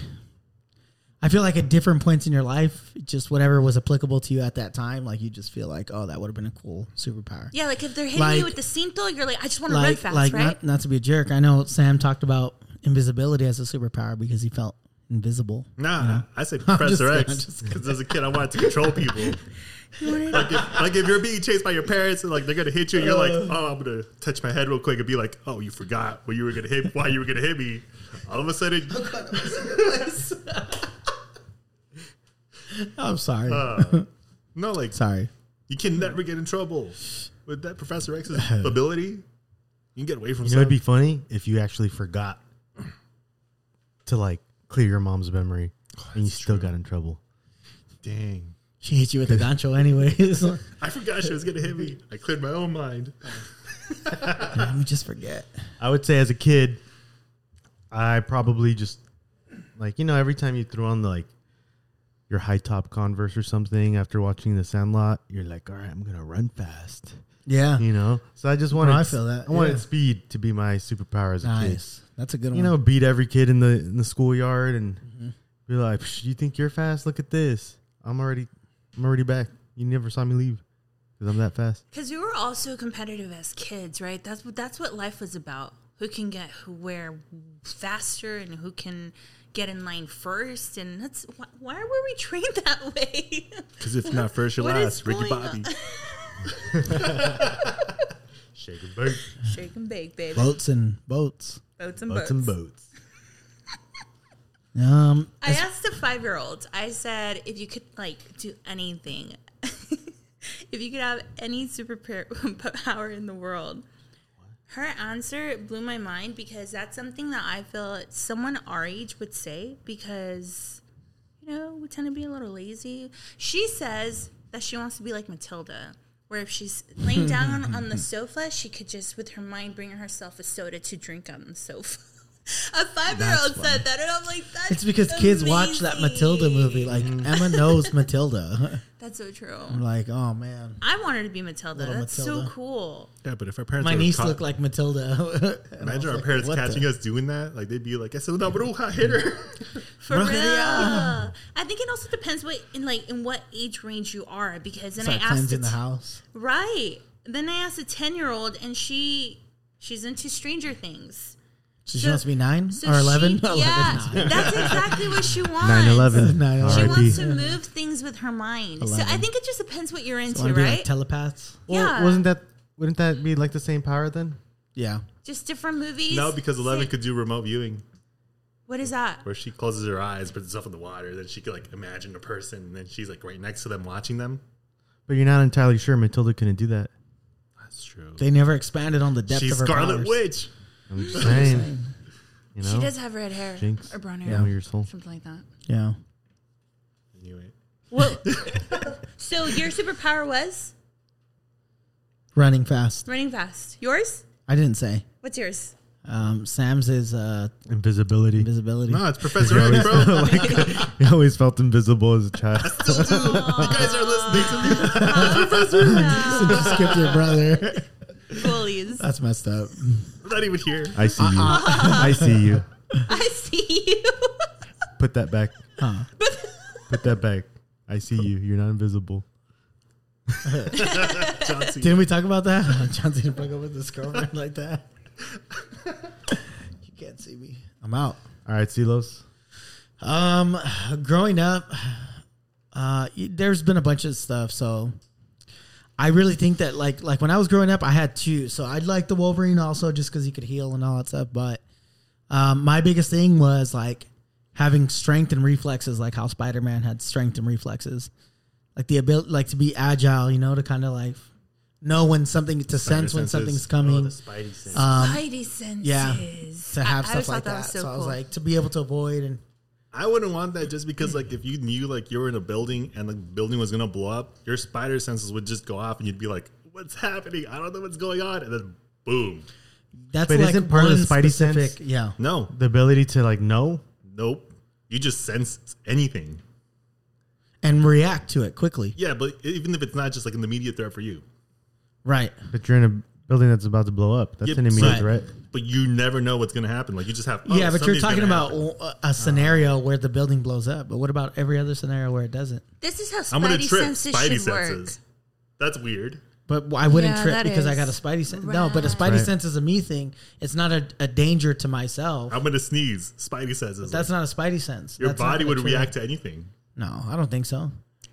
[SPEAKER 2] I feel like at different points in your life, just whatever was applicable to you at that time, like you just feel like, oh, that would have been a cool superpower.
[SPEAKER 1] yeah, like if they're hitting
[SPEAKER 2] like-
[SPEAKER 1] you with the cinto, you're like, I just want to run
[SPEAKER 2] Like,
[SPEAKER 1] fast,
[SPEAKER 2] like
[SPEAKER 1] right?
[SPEAKER 2] not, not to be a jerk. I know Sam talked about invisibility as a superpower because he felt invisible.
[SPEAKER 3] Nah, I (laughs) say Professor
[SPEAKER 2] just- I'm
[SPEAKER 3] X
[SPEAKER 2] just
[SPEAKER 3] because as a kid I wanted to control (laughs) people. like, if, like if you're being chased by your parents and like they're gonna hit you, and you're like, oh, I'm gonna touch my head real quick and be like, oh, you forgot what you were gonna hit, why you were gonna hit me. All of a sudden,
[SPEAKER 2] Oh, I'm sorry.
[SPEAKER 3] no, like
[SPEAKER 2] sorry.
[SPEAKER 3] you can never get in trouble with that Professor (laughs) X's ability. You can get away from
[SPEAKER 4] You know, it'd
[SPEAKER 3] something.
[SPEAKER 4] be funny if you actually forgot to like clear your mom's (sighs) memory and you still got in trouble.
[SPEAKER 3] Dang.
[SPEAKER 2] She hit you with a gancho (laughs) anyways. you
[SPEAKER 3] I forgot she was gonna hit me. I cleared my own mind.
[SPEAKER 2] just forget.
[SPEAKER 4] I would say as a kid, I probably just like you know every time you throw on like your high top Converse or something after watching The Sandlot, you're like, all right, I'm gonna run fast,
[SPEAKER 2] Yeah.
[SPEAKER 4] you know. So I just wanted,
[SPEAKER 2] I feel that,
[SPEAKER 4] I wanted
[SPEAKER 2] yeah.
[SPEAKER 4] speed to be my superpower as a
[SPEAKER 2] Nice. That's a good
[SPEAKER 4] kid.
[SPEAKER 2] one.
[SPEAKER 4] You know, beat every kid in the in the schoolyard and
[SPEAKER 2] Mm-hmm.
[SPEAKER 4] be like, "Psh, you think you're fast? Look at this. I'm already, I'm already back. You never saw me leave because I'm that fast.
[SPEAKER 1] Because we were all so competitive as kids, right? That's what that's what life was about. Who can get who where faster and who can get in line first, and that's why, why were we (laughs) trained that way?
[SPEAKER 3] Because if not first, you're
[SPEAKER 1] What is
[SPEAKER 3] last. Ricky
[SPEAKER 1] going on?
[SPEAKER 3] Bobby. (laughs)
[SPEAKER 4] Shake and bake,
[SPEAKER 1] Shake and bake, baby.
[SPEAKER 2] boats and boats.
[SPEAKER 1] Boats and boats.
[SPEAKER 4] boats and boats.
[SPEAKER 2] Um,
[SPEAKER 1] I asked a five year old. I said, if you could like do (laughs) (laughs) anything, if you could have any superpower in the world, Her answer blew my mind because that's something that I feel someone our age would say because, you know, we tend to be a little lazy. She says that she wants to be like Matilda, where if she's laying down on, on the sofa, she could just, with her mind, bring herself a soda to drink on the sofa. (laughs) a five year old
[SPEAKER 2] funny.
[SPEAKER 1] said that, and I'm like, that's
[SPEAKER 2] It's because kids watch that Matilda
[SPEAKER 1] amazing."
[SPEAKER 2] movie. Like Emma knows Matilda. (laughs)
[SPEAKER 1] That's so true.
[SPEAKER 2] I'm like, oh man,
[SPEAKER 1] I want her to be Matilda.
[SPEAKER 2] Little
[SPEAKER 1] That's so
[SPEAKER 2] Matilda.
[SPEAKER 1] cool.
[SPEAKER 3] Yeah, but if our parents
[SPEAKER 2] my
[SPEAKER 3] were
[SPEAKER 2] niece
[SPEAKER 3] caught-
[SPEAKER 2] looked like Matilda. (laughs) And I was
[SPEAKER 3] Imagine our
[SPEAKER 2] like,
[SPEAKER 3] parents
[SPEAKER 2] what the-
[SPEAKER 3] catching us doing that. Like they'd be like, "I said, no, but ooh, I
[SPEAKER 2] (laughs)
[SPEAKER 3] hit her."
[SPEAKER 1] For
[SPEAKER 2] Right.
[SPEAKER 1] real.
[SPEAKER 2] Yeah.
[SPEAKER 1] I think it also depends what in like in what age range you are because then
[SPEAKER 2] Start
[SPEAKER 1] I asked
[SPEAKER 2] cleansing
[SPEAKER 1] the
[SPEAKER 2] the house.
[SPEAKER 1] right. Then I asked a ten year old and she she's into Stranger Things.
[SPEAKER 2] So she
[SPEAKER 1] So-
[SPEAKER 2] wants to be nine
[SPEAKER 1] So
[SPEAKER 2] or
[SPEAKER 1] she-
[SPEAKER 2] eleven. (laughs)
[SPEAKER 1] Yeah, that's exactly what she wants.
[SPEAKER 4] 9 11.
[SPEAKER 2] Nine
[SPEAKER 1] She
[SPEAKER 2] eleven.
[SPEAKER 1] wants to move things with her mind. So I
[SPEAKER 2] 11.
[SPEAKER 1] think it just depends what you're into,
[SPEAKER 2] Want to be
[SPEAKER 1] right?
[SPEAKER 2] like telepaths?
[SPEAKER 1] yeah.
[SPEAKER 4] Wasn't that, wouldn't that be like the same power then?
[SPEAKER 2] Yeah.
[SPEAKER 1] just different movies.
[SPEAKER 3] no, because Eleven
[SPEAKER 1] Sick.
[SPEAKER 3] could do remote viewing,
[SPEAKER 1] What is that?
[SPEAKER 3] where she closes her eyes, puts herself in the water, then she could like imagine a person, and then she's like right next to them watching them.
[SPEAKER 4] But you're not entirely sure Matilda couldn't do that.
[SPEAKER 3] That's true.
[SPEAKER 2] They never expanded on the depth
[SPEAKER 3] She's
[SPEAKER 2] of her
[SPEAKER 3] Scarlet
[SPEAKER 2] powers.
[SPEAKER 3] Witch.
[SPEAKER 2] (laughs)
[SPEAKER 4] I'm just saying. You know?
[SPEAKER 1] She does have red hair
[SPEAKER 4] Jinx.
[SPEAKER 1] or brown hair,
[SPEAKER 4] Yeah. Your soul.
[SPEAKER 1] something like that.
[SPEAKER 2] Yeah.
[SPEAKER 3] Anyway,
[SPEAKER 1] (laughs) Well, so your superpower was
[SPEAKER 2] Running fast.
[SPEAKER 1] running fast. Yours?
[SPEAKER 2] I didn't say.
[SPEAKER 1] What's (laughs) yours?
[SPEAKER 2] Um, Sam's is uh,
[SPEAKER 4] Invisibility.
[SPEAKER 2] invisibility.
[SPEAKER 3] no, (laughs) it's Professor Ivy, bro. you
[SPEAKER 4] (laughs)
[SPEAKER 2] (laughs)
[SPEAKER 4] I always felt invisible as a child.
[SPEAKER 3] guys are listening to me.
[SPEAKER 1] Um, (laughs)
[SPEAKER 2] So
[SPEAKER 1] uh,
[SPEAKER 2] you (laughs) skipped your brother.
[SPEAKER 1] (laughs) Bullies.
[SPEAKER 2] That's messed up.
[SPEAKER 3] I'm not even here.
[SPEAKER 4] I see you.
[SPEAKER 2] Uh-uh.
[SPEAKER 4] I see you.
[SPEAKER 1] I see you.
[SPEAKER 4] Put that back.
[SPEAKER 2] Huh.
[SPEAKER 4] Put that back. I see you. You're not invisible.
[SPEAKER 3] John Cena.
[SPEAKER 2] Didn't we talk about that? (laughs) John Cena broke up with his girlfriend like that. (laughs) you can't see me. I'm out.
[SPEAKER 4] All right, Silos.
[SPEAKER 2] Um, growing up, uh, y- there's been a bunch of stuff. So, I really think that like like when I was growing up, I had two. So I liked the Wolverine also just because he could heal and all that stuff. But um, my biggest thing was like having strength and reflexes, like how Spider Man had strength and reflexes, like the ability like to be agile, you know, to kind of like know when something to sense when
[SPEAKER 3] Senses.
[SPEAKER 2] something's
[SPEAKER 3] Oh,
[SPEAKER 2] coming. Uh,
[SPEAKER 3] the Spidey sense.
[SPEAKER 1] Mighty senses.
[SPEAKER 2] Um, yeah, to
[SPEAKER 1] I-
[SPEAKER 2] have
[SPEAKER 1] I always
[SPEAKER 2] stuff
[SPEAKER 1] thought
[SPEAKER 2] like that.
[SPEAKER 1] was
[SPEAKER 2] so I was
[SPEAKER 1] cool.
[SPEAKER 2] like to be able to avoid and
[SPEAKER 3] I wouldn't want that just because, like, if you knew like you were in a building and the building was gonna blow up, your spider senses would just go off, and you'd be like, "What's happening? I don't know what's going on." And then, boom.
[SPEAKER 2] that's
[SPEAKER 4] But
[SPEAKER 2] like
[SPEAKER 4] isn't part of the
[SPEAKER 2] one
[SPEAKER 4] Spidey sense-
[SPEAKER 2] specific- Yeah,
[SPEAKER 3] No,
[SPEAKER 4] The ability to like know.
[SPEAKER 3] nope. You just sense anything.
[SPEAKER 2] and react to it quickly.
[SPEAKER 3] Yeah, but even if it's not just like an immediate threat for you,
[SPEAKER 2] Right.
[SPEAKER 4] But you're in a building that's about to blow up. That's
[SPEAKER 3] Yep,
[SPEAKER 4] an immediate
[SPEAKER 2] so-
[SPEAKER 4] threat.
[SPEAKER 3] but you never know what's gonna happen. Like you just have. oh,
[SPEAKER 2] yeah, but you're
[SPEAKER 3] something's
[SPEAKER 2] talking
[SPEAKER 3] gonna
[SPEAKER 2] about
[SPEAKER 3] happen.
[SPEAKER 2] a- a scenario where the building blows up. But what about every other scenario where it doesn't?
[SPEAKER 1] this is how Spidey
[SPEAKER 3] I'm gonna trip.
[SPEAKER 1] senses
[SPEAKER 3] Spidey
[SPEAKER 1] should
[SPEAKER 3] senses. That's weird.
[SPEAKER 2] But I wouldn't
[SPEAKER 1] Yeah,
[SPEAKER 2] trip
[SPEAKER 1] that
[SPEAKER 2] because I
[SPEAKER 1] is.
[SPEAKER 2] got a spidey sense. No, but a spidey
[SPEAKER 4] Right.
[SPEAKER 2] sense is a me thing. It's not a, a danger to myself.
[SPEAKER 3] I'm gonna sneeze. Spidey senses.
[SPEAKER 2] That's not a spidey sense.
[SPEAKER 3] your
[SPEAKER 2] That's not
[SPEAKER 3] body
[SPEAKER 2] a
[SPEAKER 3] would
[SPEAKER 2] trigger.
[SPEAKER 3] react to anything.
[SPEAKER 2] No, I don't think so.
[SPEAKER 1] work.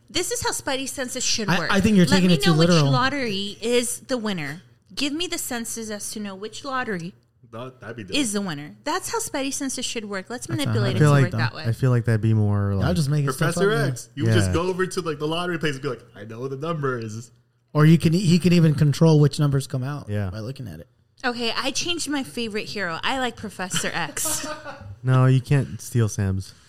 [SPEAKER 1] This is how Spidey senses should
[SPEAKER 2] I-
[SPEAKER 1] work.
[SPEAKER 2] I think you're
[SPEAKER 1] Let
[SPEAKER 2] taking
[SPEAKER 1] me
[SPEAKER 2] it too
[SPEAKER 1] know
[SPEAKER 2] literal.
[SPEAKER 1] Which lottery is the winner? Give me the senses as to know which lottery
[SPEAKER 3] That, that'd be dope.
[SPEAKER 1] is the winner. That's how Spidey senses should work. Let's manipulate
[SPEAKER 2] I
[SPEAKER 1] it to
[SPEAKER 4] feel
[SPEAKER 1] work
[SPEAKER 4] like
[SPEAKER 1] that way.
[SPEAKER 4] I feel like that'd be more
[SPEAKER 2] I'll
[SPEAKER 4] like
[SPEAKER 2] just make it
[SPEAKER 3] Professor X. You would just
[SPEAKER 4] Yeah.
[SPEAKER 3] go over to like the lottery place and be like, "I know what the number is."
[SPEAKER 2] Or you can e, he can even control which numbers come out.
[SPEAKER 4] Yeah.
[SPEAKER 2] by looking at it.
[SPEAKER 1] okay, I changed my favorite hero. I like Professor X.
[SPEAKER 4] no. You can't steal Sam's.
[SPEAKER 1] (laughs)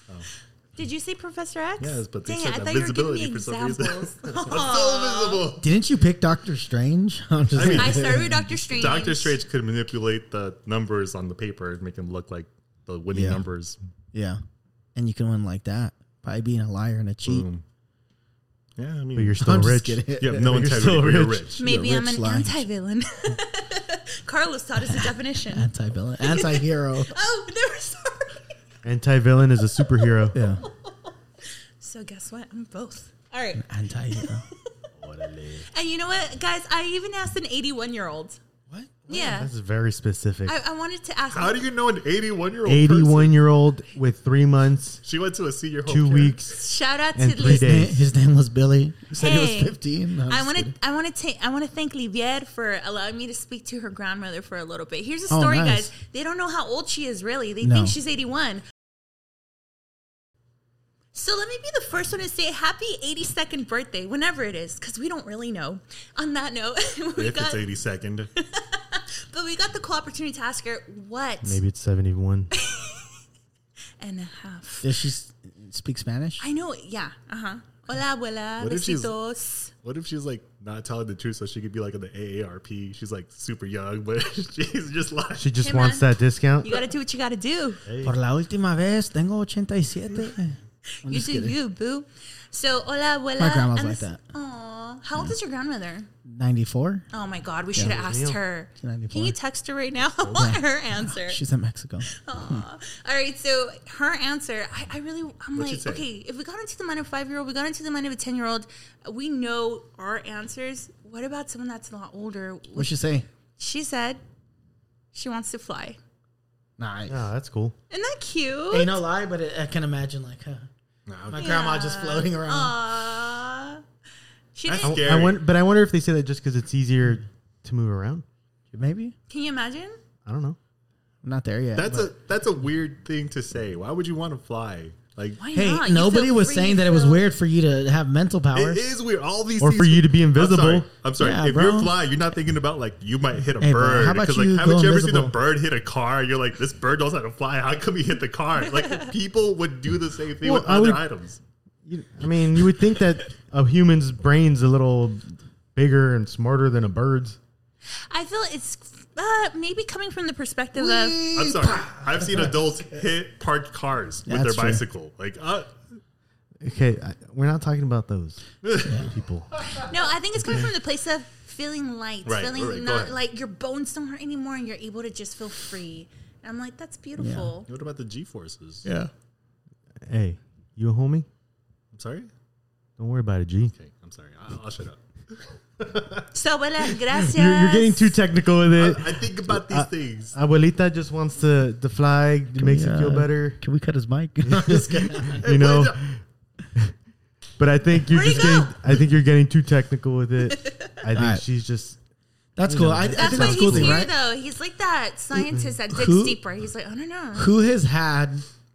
[SPEAKER 1] Did you say Professor X?
[SPEAKER 3] Yes, but they
[SPEAKER 1] Dang
[SPEAKER 3] said
[SPEAKER 1] it, I
[SPEAKER 3] that
[SPEAKER 1] thought you were giving me
[SPEAKER 3] visibility for some reason.
[SPEAKER 1] (laughs) examples.
[SPEAKER 3] (laughs) So visible.
[SPEAKER 2] Didn't you pick Doctor Strange? (laughs) I'm just
[SPEAKER 3] I mean-
[SPEAKER 1] I started with Doctor Strange.
[SPEAKER 3] Doctor Strange could manipulate the numbers on the paper and make them look like the winning
[SPEAKER 2] Yeah.
[SPEAKER 3] numbers.
[SPEAKER 2] yeah, and you can win like that by being a liar and a cheat.
[SPEAKER 3] Boom. Yeah, I mean,
[SPEAKER 4] But you're still
[SPEAKER 2] I'm
[SPEAKER 4] rich.
[SPEAKER 2] just kidding. (laughs)
[SPEAKER 3] you have no
[SPEAKER 4] You're
[SPEAKER 3] integrity.
[SPEAKER 4] so
[SPEAKER 3] but You're
[SPEAKER 4] rich.
[SPEAKER 3] rich.
[SPEAKER 1] Maybe
[SPEAKER 2] Yeah,
[SPEAKER 1] I'm
[SPEAKER 2] rich
[SPEAKER 1] an
[SPEAKER 2] lines.
[SPEAKER 1] anti-villain. (laughs) Carlos taught us the
[SPEAKER 3] (laughs)
[SPEAKER 1] definition.
[SPEAKER 2] Anti-villain,
[SPEAKER 1] (laughs)
[SPEAKER 2] anti-hero.
[SPEAKER 1] Oh, never sorry.
[SPEAKER 4] Anti-villain is a
[SPEAKER 2] (laughs)
[SPEAKER 4] superhero.
[SPEAKER 2] yeah,
[SPEAKER 1] So guess what? I'm both. All right.
[SPEAKER 2] anti-hero.
[SPEAKER 1] And you know what, guys? I even asked an 81 year old.
[SPEAKER 2] What?
[SPEAKER 1] Yeah.
[SPEAKER 4] That's very specific.
[SPEAKER 1] I, I wanted to ask.
[SPEAKER 3] How do you know an 81 year old?
[SPEAKER 4] 81 year old with three months,
[SPEAKER 3] She went to a senior
[SPEAKER 2] Oh,
[SPEAKER 3] home.
[SPEAKER 4] two
[SPEAKER 3] care.
[SPEAKER 4] weeks.
[SPEAKER 1] Shout out
[SPEAKER 4] And
[SPEAKER 1] to
[SPEAKER 4] three
[SPEAKER 1] Liz.
[SPEAKER 2] (laughs)
[SPEAKER 4] days.
[SPEAKER 2] His, his name was Billy. He said he
[SPEAKER 1] Hey,
[SPEAKER 2] was 15. No, I'm
[SPEAKER 1] I
[SPEAKER 2] just
[SPEAKER 1] want to
[SPEAKER 2] kidding.
[SPEAKER 1] I want to take I want to thank Livier for allowing me to speak to her grandmother for a little bit. Here's a
[SPEAKER 2] Oh,
[SPEAKER 1] story,
[SPEAKER 2] nice.
[SPEAKER 1] guys. They don't know how old she is really. They
[SPEAKER 2] No.
[SPEAKER 1] think she's 81. So let me be the first one to say happy 82nd birthday, (laughs) whenever it is, because we don't really know. On that note, we (laughs)
[SPEAKER 3] If
[SPEAKER 1] got
[SPEAKER 3] it's 82nd,
[SPEAKER 1] But we got the cool opportunity to ask her what
[SPEAKER 4] Maybe it's 71.
[SPEAKER 1] and a half.
[SPEAKER 2] Does she s- speak Spanish?
[SPEAKER 1] I know, yeah. Uh huh. Hola, abuela.
[SPEAKER 3] What if she's-
[SPEAKER 1] Besitos.
[SPEAKER 3] What if she's like not telling the truth so she could be like in the AARP? She's like super young, but (laughs) she's just like
[SPEAKER 4] She just
[SPEAKER 1] Hey,
[SPEAKER 4] wants
[SPEAKER 1] man.
[SPEAKER 4] that discount.
[SPEAKER 1] You got to do what you got to do.
[SPEAKER 2] Por la última vez, tengo 87.
[SPEAKER 1] you do you, boo. So, hola, abuela.
[SPEAKER 2] My grandma's like that.
[SPEAKER 1] Aw. How old is your grandmother?
[SPEAKER 2] 94?
[SPEAKER 1] Oh my God, we should have asked
[SPEAKER 4] Yeah.
[SPEAKER 1] her. Can
[SPEAKER 2] 94.
[SPEAKER 1] you text her right now? I want (laughs) her answer.
[SPEAKER 2] She's in Mexico.
[SPEAKER 1] Aw. All right, so her answer, I, I really, I'm
[SPEAKER 3] What'd she
[SPEAKER 1] like,
[SPEAKER 3] say?
[SPEAKER 1] okay, if we got into the mind of a five year old, we got into the mind of a 10 year old, we know our answers. What about someone that's a lot older?
[SPEAKER 2] What'd she say?
[SPEAKER 1] She said she wants to fly.
[SPEAKER 2] Nice.
[SPEAKER 4] Oh, that's cool.
[SPEAKER 1] Isn't that cute?
[SPEAKER 2] Ain't no lie, but it, I can imagine like huh, my grandma just floating around.
[SPEAKER 1] Aw. She
[SPEAKER 3] That's
[SPEAKER 1] didn't,
[SPEAKER 3] scary.
[SPEAKER 4] I wonder, but I wonder if they say that just because it's easier to move around.
[SPEAKER 2] Maybe
[SPEAKER 1] can you imagine?
[SPEAKER 4] I don't know.
[SPEAKER 2] I'm not there yet.
[SPEAKER 3] That's
[SPEAKER 2] but-
[SPEAKER 3] a that's a weird thing to say. Why would you want to fly? Like
[SPEAKER 1] Why
[SPEAKER 2] Hey,
[SPEAKER 1] not? You
[SPEAKER 2] nobody
[SPEAKER 1] feel
[SPEAKER 2] was
[SPEAKER 1] free,
[SPEAKER 2] saying
[SPEAKER 1] you
[SPEAKER 2] that it was
[SPEAKER 1] feel-
[SPEAKER 2] weird for you to have mental power.
[SPEAKER 3] it is weird. All these
[SPEAKER 4] Or
[SPEAKER 3] things-
[SPEAKER 4] for you to be
[SPEAKER 3] I'm sorry.
[SPEAKER 4] invisible.
[SPEAKER 3] I'm sorry.
[SPEAKER 2] Yeah,
[SPEAKER 3] if
[SPEAKER 2] bro.
[SPEAKER 3] you're flying, you're not thinking about like you might hit a
[SPEAKER 2] Hey, bro,
[SPEAKER 3] bird.
[SPEAKER 2] how about
[SPEAKER 3] Because,
[SPEAKER 2] you
[SPEAKER 3] like, haven't
[SPEAKER 2] go
[SPEAKER 3] you ever seen a
[SPEAKER 2] invisible?
[SPEAKER 3] bird hit a car? You're like, this bird knows how to fly. How come he hit the car? Like people would do the same thing
[SPEAKER 4] Well,
[SPEAKER 3] with
[SPEAKER 4] I
[SPEAKER 3] other
[SPEAKER 4] would-
[SPEAKER 3] items.
[SPEAKER 4] You- I mean, you would think that a human's brain's a little bigger and smarter than a bird's.
[SPEAKER 1] I feel it's uh, maybe coming from the perspective of
[SPEAKER 4] Mm.
[SPEAKER 3] I'm sorry. I've seen adults hit parked cars with
[SPEAKER 2] That's
[SPEAKER 3] their
[SPEAKER 2] true.
[SPEAKER 3] bicycle. Like uh,
[SPEAKER 4] Okay, I, we're not talking about those (laughs) people.
[SPEAKER 1] no. I think it's coming from the place of feeling light,
[SPEAKER 3] Right,
[SPEAKER 1] feeling
[SPEAKER 3] right, go
[SPEAKER 1] not
[SPEAKER 3] ahead.
[SPEAKER 1] like your bones don't hurt anymore, and you're able to just feel free. And I'm like, that's beautiful.
[SPEAKER 3] what about the G forces?
[SPEAKER 2] (laughs) yeah.
[SPEAKER 4] Hey, you a homie?
[SPEAKER 3] I'm sorry.
[SPEAKER 4] Don't worry about it, G.
[SPEAKER 3] Okay, I'm sorry. I'll, I'll shut up.
[SPEAKER 1] So, abuela, gracias.
[SPEAKER 4] You're, you're getting too technical with it.
[SPEAKER 3] I think about these things.
[SPEAKER 4] Abuelita just wants to, to fly. It makes you feel better,
[SPEAKER 2] Can we cut his
[SPEAKER 4] (laughs)
[SPEAKER 2] mic? (laughs)
[SPEAKER 4] you know.
[SPEAKER 3] Abuelita.
[SPEAKER 4] (laughs) But I think you're
[SPEAKER 1] Where'd he
[SPEAKER 4] just
[SPEAKER 1] go?
[SPEAKER 4] getting. I think you're getting too technical with it. (laughs) I think
[SPEAKER 2] Alright.
[SPEAKER 4] she's just.
[SPEAKER 2] that's cool. I, I
[SPEAKER 1] That's
[SPEAKER 2] think
[SPEAKER 1] why
[SPEAKER 2] that's a cool
[SPEAKER 1] he's
[SPEAKER 2] thing,
[SPEAKER 1] here,
[SPEAKER 2] right?
[SPEAKER 1] though. He's like that scientist that digs
[SPEAKER 2] Who-
[SPEAKER 1] deeper. He's like, I don't know.
[SPEAKER 2] Who has had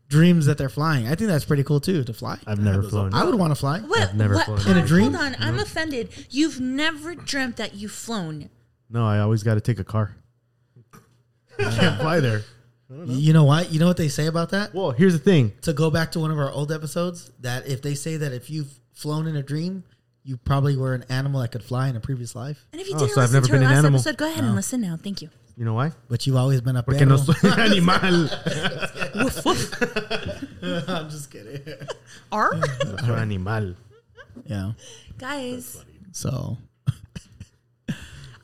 [SPEAKER 2] dreams that they're flying? I think that's pretty cool too to fly.
[SPEAKER 4] I've never
[SPEAKER 3] those
[SPEAKER 4] flown.
[SPEAKER 2] I would want to fly.
[SPEAKER 1] What?
[SPEAKER 4] never
[SPEAKER 1] what
[SPEAKER 4] flown.
[SPEAKER 1] Pod,
[SPEAKER 2] In a dream?
[SPEAKER 1] Hold on,
[SPEAKER 4] Mm-hmm.
[SPEAKER 1] I'm offended. You've never dreamt that you've flown.
[SPEAKER 4] No, I always got to take a car. I can't fly there.
[SPEAKER 2] You know what? You know what they say about that?
[SPEAKER 4] Well, here's the thing.
[SPEAKER 2] To go back to one of our old episodes, that if they say that if you've flown in a dream, you probably were an animal that could fly in a previous life,
[SPEAKER 1] And if you
[SPEAKER 4] Oh,
[SPEAKER 1] didn't
[SPEAKER 4] so I've
[SPEAKER 1] listen
[SPEAKER 4] never
[SPEAKER 1] to our
[SPEAKER 4] been an
[SPEAKER 1] last
[SPEAKER 4] animal.
[SPEAKER 1] episode, go ahead and listen now. Thank
[SPEAKER 4] (laughs)
[SPEAKER 1] you.
[SPEAKER 4] You know why?
[SPEAKER 2] but you've always been a
[SPEAKER 4] Porque
[SPEAKER 2] perro.
[SPEAKER 4] no
[SPEAKER 2] (laughs)
[SPEAKER 4] soy (laughs) animal.
[SPEAKER 1] Woof,
[SPEAKER 4] (laughs)
[SPEAKER 1] woof.
[SPEAKER 2] I'm just kidding.
[SPEAKER 1] (laughs) Arr.
[SPEAKER 4] Soy animal.
[SPEAKER 2] Yeah.
[SPEAKER 1] Guys,
[SPEAKER 2] So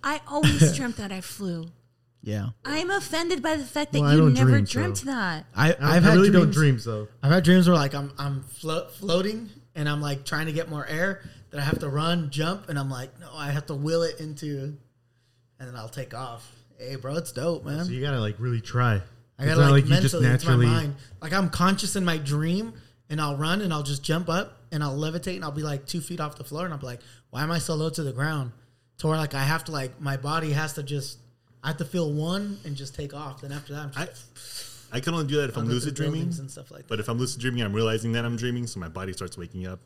[SPEAKER 1] I
[SPEAKER 2] (laughs)
[SPEAKER 1] always dreamt that I flew.
[SPEAKER 2] yeah,
[SPEAKER 1] I'm offended by the fact that
[SPEAKER 4] Well, I
[SPEAKER 1] you
[SPEAKER 4] don't
[SPEAKER 1] never
[SPEAKER 4] dream, so-
[SPEAKER 1] dreamt that.
[SPEAKER 2] I,
[SPEAKER 4] I,
[SPEAKER 2] I've
[SPEAKER 4] I
[SPEAKER 2] had
[SPEAKER 4] really don't
[SPEAKER 2] dreams-
[SPEAKER 4] dream so.
[SPEAKER 2] I've had dreams where like I'm I'm flo- floating and I'm like trying to get more air that I have to run, jump, and I'm like, no, I have to will it into, and then I'll take off. Hey, bro, it's dope, man.
[SPEAKER 4] So you gotta like really try.
[SPEAKER 2] I gotta like, mentally, it's my mind. Like I'm conscious in my dream, and I'll run and I'll just jump up and I'll levitate and I'll be like two feet off the floor and I'll be like, why am I so low to the ground? To where like I have to like my body has to just I have to feel one and just take off. Then after that, I'm
[SPEAKER 3] I
[SPEAKER 2] just
[SPEAKER 3] I can only do that if I'm
[SPEAKER 2] under the
[SPEAKER 3] lucid dreaming.
[SPEAKER 2] buildings and stuff like that.
[SPEAKER 3] But if I'm lucid dreaming, I'm realizing that I'm dreaming, so my body starts waking up.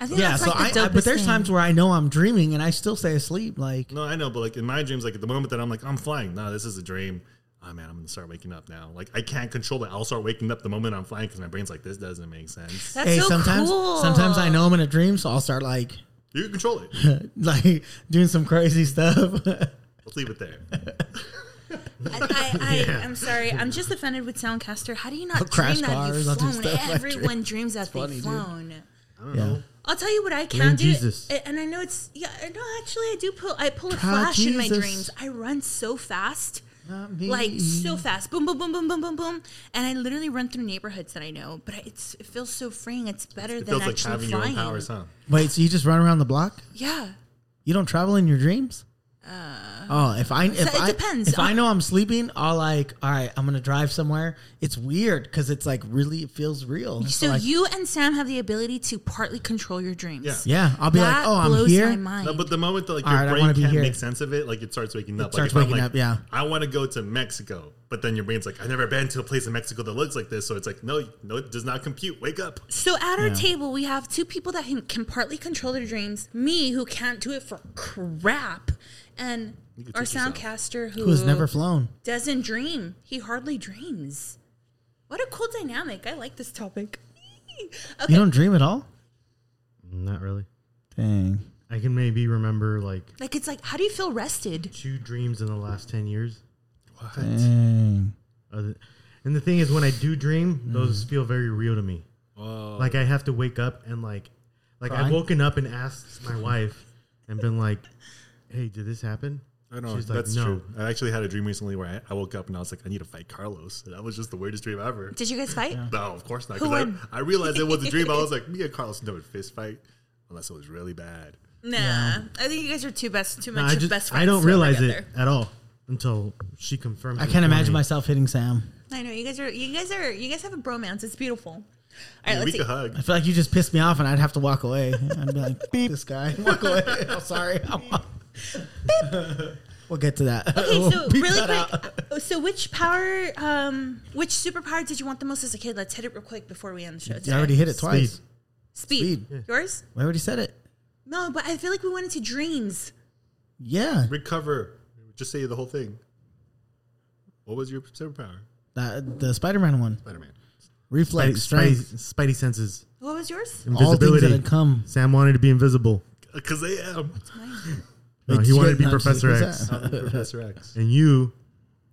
[SPEAKER 1] I think
[SPEAKER 2] Yeah,
[SPEAKER 1] that's
[SPEAKER 2] so
[SPEAKER 1] like the
[SPEAKER 2] I, I
[SPEAKER 1] dopest
[SPEAKER 2] but there's
[SPEAKER 1] thing.
[SPEAKER 2] times where I know I'm dreaming and I still stay asleep. Like
[SPEAKER 3] No, I know, but like in my dreams, like at the moment that I'm like, I'm flying. No, this is a dream. Oh man, I'm gonna start waking up now. Like I can't control that. I'll start waking up the moment I'm flying because my brain's like, this doesn't make sense.
[SPEAKER 1] That's
[SPEAKER 2] hey,
[SPEAKER 1] so
[SPEAKER 2] sometimes
[SPEAKER 1] cool.
[SPEAKER 2] sometimes I know I'm in a dream, so I'll start like (laughs)
[SPEAKER 3] You can control it.
[SPEAKER 2] like doing some crazy stuff. (laughs)
[SPEAKER 3] Let's leave it there.
[SPEAKER 1] (laughs) I, I,
[SPEAKER 2] (laughs)
[SPEAKER 1] I, I'm sorry. I'm just offended with Soundcaster. How do you not
[SPEAKER 2] Crash
[SPEAKER 1] dream that
[SPEAKER 2] cars,
[SPEAKER 1] you've
[SPEAKER 2] I'll do
[SPEAKER 1] flown?
[SPEAKER 2] stuff like
[SPEAKER 1] Everyone dreams that they've
[SPEAKER 2] dude.
[SPEAKER 1] flown.
[SPEAKER 3] I don't
[SPEAKER 2] Yeah.
[SPEAKER 3] know.
[SPEAKER 1] I'll tell you what I can
[SPEAKER 4] Name
[SPEAKER 1] do,
[SPEAKER 4] Jesus.
[SPEAKER 1] a- and I know it's yeah. I know actually, I do pull. I pull a
[SPEAKER 2] Proud
[SPEAKER 1] flash in my
[SPEAKER 2] Jesus.
[SPEAKER 1] dreams. I run so fast,
[SPEAKER 2] Not me.
[SPEAKER 1] like so fast, boom, boom, boom, boom, boom, boom, boom, and I literally run through neighborhoods that I know. But I- it's it feels so freeing. It's better
[SPEAKER 3] It
[SPEAKER 1] than
[SPEAKER 3] feels like
[SPEAKER 1] actually
[SPEAKER 3] having your
[SPEAKER 1] flying.
[SPEAKER 3] own powers, huh?
[SPEAKER 2] Wait, so you just run around the block?
[SPEAKER 1] Yeah,
[SPEAKER 2] You don't travel in your dreams? oh, if I if
[SPEAKER 1] Uh, so it
[SPEAKER 2] I,
[SPEAKER 1] depends.
[SPEAKER 2] If I know I'm sleeping, I'll like, all right, I'm gonna drive somewhere. It's weird because it's like really it feels real.
[SPEAKER 1] so
[SPEAKER 2] like,
[SPEAKER 1] you and Sam have the ability to partly control your dreams.
[SPEAKER 3] Yeah.
[SPEAKER 2] yeah, I'll be
[SPEAKER 1] that
[SPEAKER 2] like, oh, I'm
[SPEAKER 1] blows my
[SPEAKER 2] here.
[SPEAKER 1] mind.
[SPEAKER 3] No, but the moment that like
[SPEAKER 2] All
[SPEAKER 3] your
[SPEAKER 2] right, I
[SPEAKER 3] brain
[SPEAKER 2] wanna be
[SPEAKER 3] can't
[SPEAKER 2] here.
[SPEAKER 3] make sense of it, like it starts waking up. like
[SPEAKER 2] starts
[SPEAKER 3] if I'm
[SPEAKER 2] waking
[SPEAKER 3] like,
[SPEAKER 2] up, yeah.
[SPEAKER 3] I want to go to Mexico, but then your brain's like, I've never been to a place in Mexico that looks like this, so it's like, no, no, it does not compute. Wake up.
[SPEAKER 1] So at our table, we have two people that can, can partly control their dreams. Me, who can't do it for crap, and
[SPEAKER 3] You could
[SPEAKER 1] Our
[SPEAKER 3] teach yourself.
[SPEAKER 1] soundcaster who
[SPEAKER 2] Who's never flown?
[SPEAKER 1] doesn't dream. He hardly dreams. What a cool dynamic. I like this topic. okay.
[SPEAKER 2] You don't dream at all?
[SPEAKER 4] Not really.
[SPEAKER 2] Dang.
[SPEAKER 4] I can maybe remember like
[SPEAKER 1] like it's like how do you feel rested?
[SPEAKER 4] two dreams in the last ten years.
[SPEAKER 3] What?
[SPEAKER 2] Dang.
[SPEAKER 4] Other- And the thing is, when I do dream,
[SPEAKER 2] Mm-hmm.
[SPEAKER 4] those feel very real to me.
[SPEAKER 3] Whoa.
[SPEAKER 4] Like I have to wake up and like, like
[SPEAKER 2] Cry?
[SPEAKER 4] I've woken up and asked my wife and been like, "Hey, did this happen?"
[SPEAKER 3] I know
[SPEAKER 4] She's like,
[SPEAKER 3] that's
[SPEAKER 4] "No."
[SPEAKER 3] true. I actually had a dream recently where I, I woke up and I was like, I need to fight Carlos. And that was just the weirdest dream ever.
[SPEAKER 1] Did you guys fight?
[SPEAKER 3] No, of course not.
[SPEAKER 1] Who
[SPEAKER 3] 'cause
[SPEAKER 1] won?
[SPEAKER 3] I, I realized it was a dream. I
[SPEAKER 4] (laughs)
[SPEAKER 3] was like, me and Carlos never fist fight unless it was really bad.
[SPEAKER 1] Nah. I think you guys are too best too
[SPEAKER 4] No,
[SPEAKER 1] much
[SPEAKER 4] I
[SPEAKER 1] of
[SPEAKER 4] just
[SPEAKER 1] best friends.
[SPEAKER 4] I don't
[SPEAKER 1] to ever
[SPEAKER 4] realize
[SPEAKER 1] get
[SPEAKER 4] it
[SPEAKER 1] there.
[SPEAKER 4] at all until she confirms.
[SPEAKER 2] I
[SPEAKER 4] it
[SPEAKER 2] can't
[SPEAKER 4] for
[SPEAKER 2] imagine
[SPEAKER 4] me.
[SPEAKER 2] myself hitting Sam.
[SPEAKER 1] I know you guys are you guys are you guys have a bromance. It's beautiful. All right,
[SPEAKER 3] we
[SPEAKER 1] let's see.
[SPEAKER 3] could hug.
[SPEAKER 2] I feel like you just pissed me off and I'd have to walk away. I'd be like, (laughs) beep this guy. Walk away. I'm sorry. (laughs) we'll get to that.
[SPEAKER 1] Okay,
[SPEAKER 2] (laughs)
[SPEAKER 1] so really quick. uh, So which power um which superpower did you want the most as a kid? Let's hit it real quick before we end the show.
[SPEAKER 2] You
[SPEAKER 1] today.
[SPEAKER 2] already hit it twice.
[SPEAKER 4] Speed.
[SPEAKER 1] Speed.
[SPEAKER 2] Speed.
[SPEAKER 1] Yours?
[SPEAKER 2] We already said it.
[SPEAKER 1] No, but I feel like we went into dreams.
[SPEAKER 2] Yeah.
[SPEAKER 3] Recover. Just say the whole thing. What was your superpower?
[SPEAKER 2] That, the Spider Man one.
[SPEAKER 3] Spider Man.
[SPEAKER 4] Spidey,
[SPEAKER 2] Reflex, strength.
[SPEAKER 4] Spidey, Spidey senses
[SPEAKER 1] What was yours?
[SPEAKER 2] All things that
[SPEAKER 4] invisibility.
[SPEAKER 2] had come.
[SPEAKER 4] Sam wanted to be invisible.
[SPEAKER 3] Because Uh, I am.
[SPEAKER 4] No,
[SPEAKER 2] Wait,
[SPEAKER 4] he wanted to be
[SPEAKER 2] no, I'm just
[SPEAKER 4] Professor
[SPEAKER 2] like,
[SPEAKER 4] X,
[SPEAKER 2] who's that?
[SPEAKER 3] I'm Professor X.
[SPEAKER 4] and you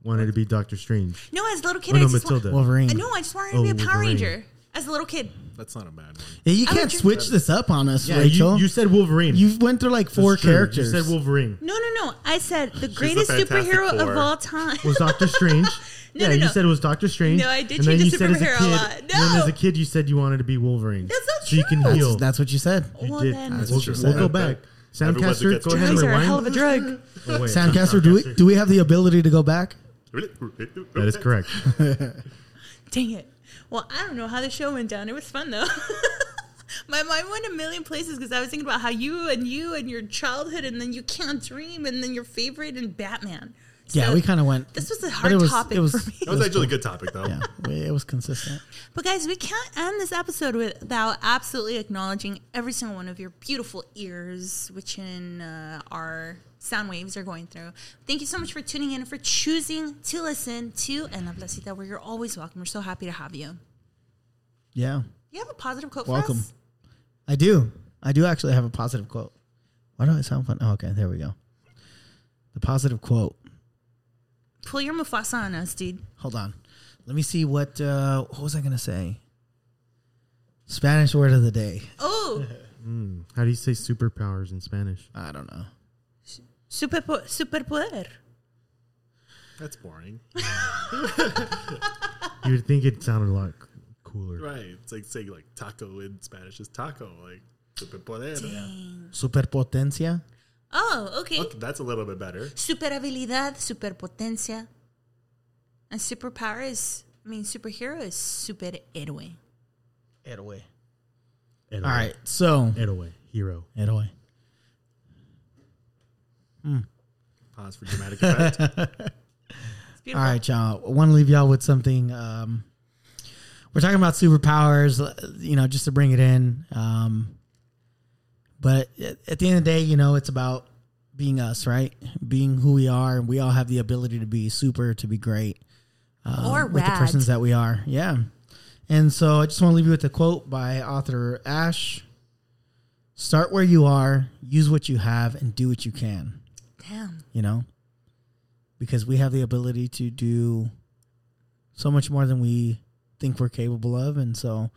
[SPEAKER 4] wanted to be Doctor Strange.
[SPEAKER 1] No, as a little kid,
[SPEAKER 4] Or
[SPEAKER 1] I
[SPEAKER 4] no,
[SPEAKER 1] just
[SPEAKER 4] Matilda.
[SPEAKER 1] Wa-
[SPEAKER 2] Wolverine.
[SPEAKER 1] no, I just wanted to be
[SPEAKER 4] Oh,
[SPEAKER 1] a Power
[SPEAKER 4] Wolverine.
[SPEAKER 1] Ranger as a little kid.
[SPEAKER 3] That's not a bad one.
[SPEAKER 2] Yeah, you
[SPEAKER 1] I would
[SPEAKER 2] can't
[SPEAKER 1] drink-
[SPEAKER 2] switch this up on us,
[SPEAKER 4] Yeah, you,
[SPEAKER 2] Rachel.
[SPEAKER 4] you said Wolverine.
[SPEAKER 2] You've went through like four
[SPEAKER 4] That's true.
[SPEAKER 2] characters.
[SPEAKER 4] You said Wolverine.
[SPEAKER 1] No, no, no. I said the greatest
[SPEAKER 3] Fantastic
[SPEAKER 1] superhero
[SPEAKER 3] Four.
[SPEAKER 1] of all time. (laughs)
[SPEAKER 4] Was Doctor Strange?
[SPEAKER 1] No,
[SPEAKER 4] yeah,
[SPEAKER 1] no, no.
[SPEAKER 4] you said it was Doctor Strange.
[SPEAKER 1] No, I did
[SPEAKER 4] And then
[SPEAKER 1] change the
[SPEAKER 4] you said as a
[SPEAKER 1] superhero a
[SPEAKER 4] kid,
[SPEAKER 1] lot.
[SPEAKER 4] and then as
[SPEAKER 1] No.
[SPEAKER 4] a kid, you said you wanted to be Wolverine.
[SPEAKER 1] That's not
[SPEAKER 4] so you can
[SPEAKER 1] true.
[SPEAKER 2] that's,
[SPEAKER 4] heal.
[SPEAKER 2] that's what you said.
[SPEAKER 4] you
[SPEAKER 1] Well,
[SPEAKER 4] did.
[SPEAKER 1] then.
[SPEAKER 4] We'll-
[SPEAKER 1] That's
[SPEAKER 4] we'll,
[SPEAKER 3] true.
[SPEAKER 4] go
[SPEAKER 3] That-
[SPEAKER 4] back.
[SPEAKER 3] that- everyone
[SPEAKER 4] Soundcaster,
[SPEAKER 3] gets
[SPEAKER 4] go ahead and
[SPEAKER 1] Drugs are a hell
[SPEAKER 4] rewind.
[SPEAKER 1] of a drug.
[SPEAKER 4] Oh, wait,
[SPEAKER 2] Sandcaster, do we do we have the ability to go back?
[SPEAKER 3] Really?
[SPEAKER 4] That is correct.
[SPEAKER 1] (laughs) Dang it. Well, I don't know how the show went down. It was fun though. (laughs) My mind went a million places because I was thinking about how you and you and your childhood, and then you can't dream, and then your favorite and Batman.
[SPEAKER 2] Yeah,
[SPEAKER 1] So
[SPEAKER 2] we kind of went.
[SPEAKER 1] This was a
[SPEAKER 2] but
[SPEAKER 1] hard
[SPEAKER 2] it was-
[SPEAKER 1] topic
[SPEAKER 2] it was-
[SPEAKER 1] for me.
[SPEAKER 3] That was actually a good topic, though.
[SPEAKER 2] Yeah, we- it was consistent.
[SPEAKER 1] But guys, we can't end this episode without absolutely acknowledging every single one of your beautiful ears, which in uh, our sound waves are going through. Thank you so much for tuning in and for choosing to listen to En La Placita, where you're always welcome. We're so happy to have you.
[SPEAKER 2] Yeah,
[SPEAKER 1] You have a positive quote for
[SPEAKER 2] welcome.
[SPEAKER 1] us?
[SPEAKER 2] I do. I do actually have a positive quote. Why do I sound fun? Oh, okay, there we go. The positive quote.
[SPEAKER 1] Pull your Mufasa on us, dude.
[SPEAKER 2] Hold on. Let me see what. Uh, what was I gonna say? Spanish word of the day.
[SPEAKER 1] Oh,
[SPEAKER 4] Hmm. How do you say superpowers in Spanish?
[SPEAKER 2] I don't know.
[SPEAKER 1] super superpoder.
[SPEAKER 3] That's boring.
[SPEAKER 4] You would think it sounded a lot c- cooler.
[SPEAKER 3] Right. It's like saying like taco in Spanish is taco. Like, superpoder.
[SPEAKER 2] Superpotencia.
[SPEAKER 1] Oh, okay.
[SPEAKER 3] (laughs) Okay, that's a little bit better.
[SPEAKER 1] Super habilidad, superpotencia. And superpower is, I mean, superhero is superhéroe.
[SPEAKER 2] Héroe.
[SPEAKER 4] All
[SPEAKER 2] All right. So.
[SPEAKER 4] Edoe, hero.
[SPEAKER 2] Héroe.
[SPEAKER 3] Pause for dramatic effect.
[SPEAKER 1] It's beautiful.
[SPEAKER 2] All right, y'all. I want to leave y'all with something. Um, we're talking about superpowers, uh, you know, just to bring it in. Um, but at at the end of the day, you know, it's about being us, right? Being who we are, and we all have the ability to be super, to be great,
[SPEAKER 1] or
[SPEAKER 2] with the
[SPEAKER 1] rad.
[SPEAKER 2] persons that we are. Yeah. And so I just want to leave you with a quote by author Ash. Start where you are, use what you have, and do what you can
[SPEAKER 1] Damn.
[SPEAKER 2] you know because we have the ability to do so much more than we think we're capable of and so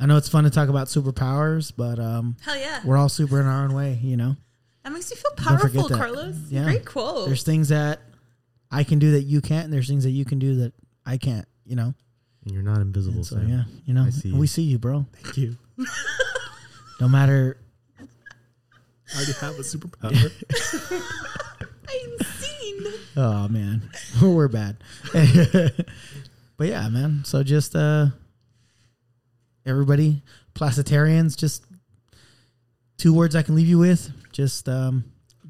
[SPEAKER 2] i know it's fun to talk about superpowers but um
[SPEAKER 1] Hell yeah.
[SPEAKER 2] we're all super in our own way you know
[SPEAKER 1] That makes me feel
[SPEAKER 2] Don't forget
[SPEAKER 1] powerful,
[SPEAKER 2] that.
[SPEAKER 1] Carlos.
[SPEAKER 2] Yeah.
[SPEAKER 1] Great quote.
[SPEAKER 2] there's things that i can do that you can't and there's things that you can do that i can't you know
[SPEAKER 4] And you're not invisible,
[SPEAKER 2] and so
[SPEAKER 4] Sam.
[SPEAKER 2] yeah you know
[SPEAKER 4] I see
[SPEAKER 2] we
[SPEAKER 4] you.
[SPEAKER 2] see you bro
[SPEAKER 3] Thank you.
[SPEAKER 2] no matter
[SPEAKER 3] I (laughs) already have a (laughs) superpower.
[SPEAKER 1] I'm seen.
[SPEAKER 2] (laughs) oh man we're bad (laughs) but yeah man so just uh everybody placitarians just two words i can leave you with just um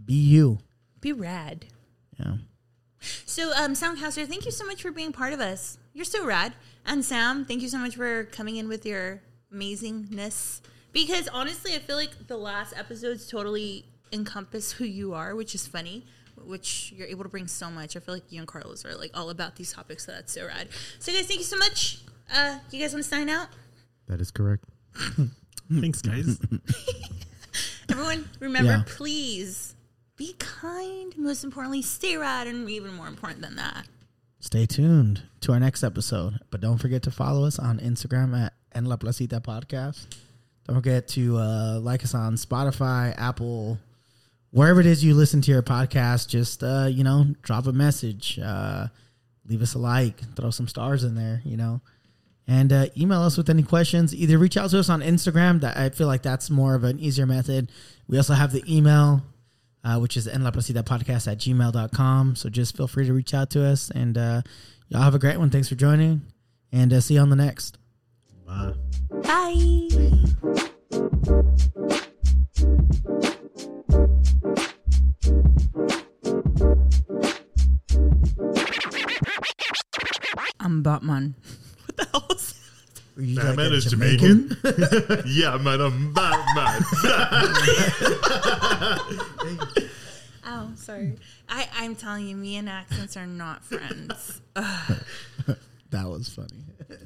[SPEAKER 2] be you
[SPEAKER 1] Be rad.
[SPEAKER 2] yeah
[SPEAKER 1] So, um, Soundcaster, thank you so much for being part of us. You're so rad. And Sam, thank you so much for coming in with your amazingness. Because honestly, I feel like the last episodes totally encompass who you are, which is funny. which you're able to bring so much. I feel like you and Carlos are like all about these topics, so that's so rad. So, guys, thank you so much. Uh, you guys want to sign out?
[SPEAKER 4] That is correct.
[SPEAKER 5] Thanks, guys.
[SPEAKER 1] Everyone, remember,
[SPEAKER 2] Yeah.
[SPEAKER 1] please be kind. Most importantly, stay rad, and even more important than that.
[SPEAKER 2] Stay tuned to our next episode, but don't forget to follow us on Instagram at En La Placita Podcast. Don't forget to uh, like us on Spotify, Apple, wherever it is you listen to your podcast. Just uh, you know, drop a message, uh, leave us a like, throw some stars in there, you know, and uh, email us with any questions. Either reach out to us on Instagram. That I feel like that's more of an easier method. We also have the email uh, which is podcast at gmail.com. So just feel free to reach out to us. And uh, y'all have a great one. Thanks for joining. And uh, see you on the next.
[SPEAKER 4] Bye.
[SPEAKER 1] Bye. I'm Batman. What the hell was that?
[SPEAKER 2] Were you
[SPEAKER 3] That man
[SPEAKER 2] a
[SPEAKER 3] is Jamaican. (laughs) yeah, man, I'm Batman.
[SPEAKER 1] Oh, sorry. I, I'm telling you, me and accents are not friends.
[SPEAKER 2] That was funny.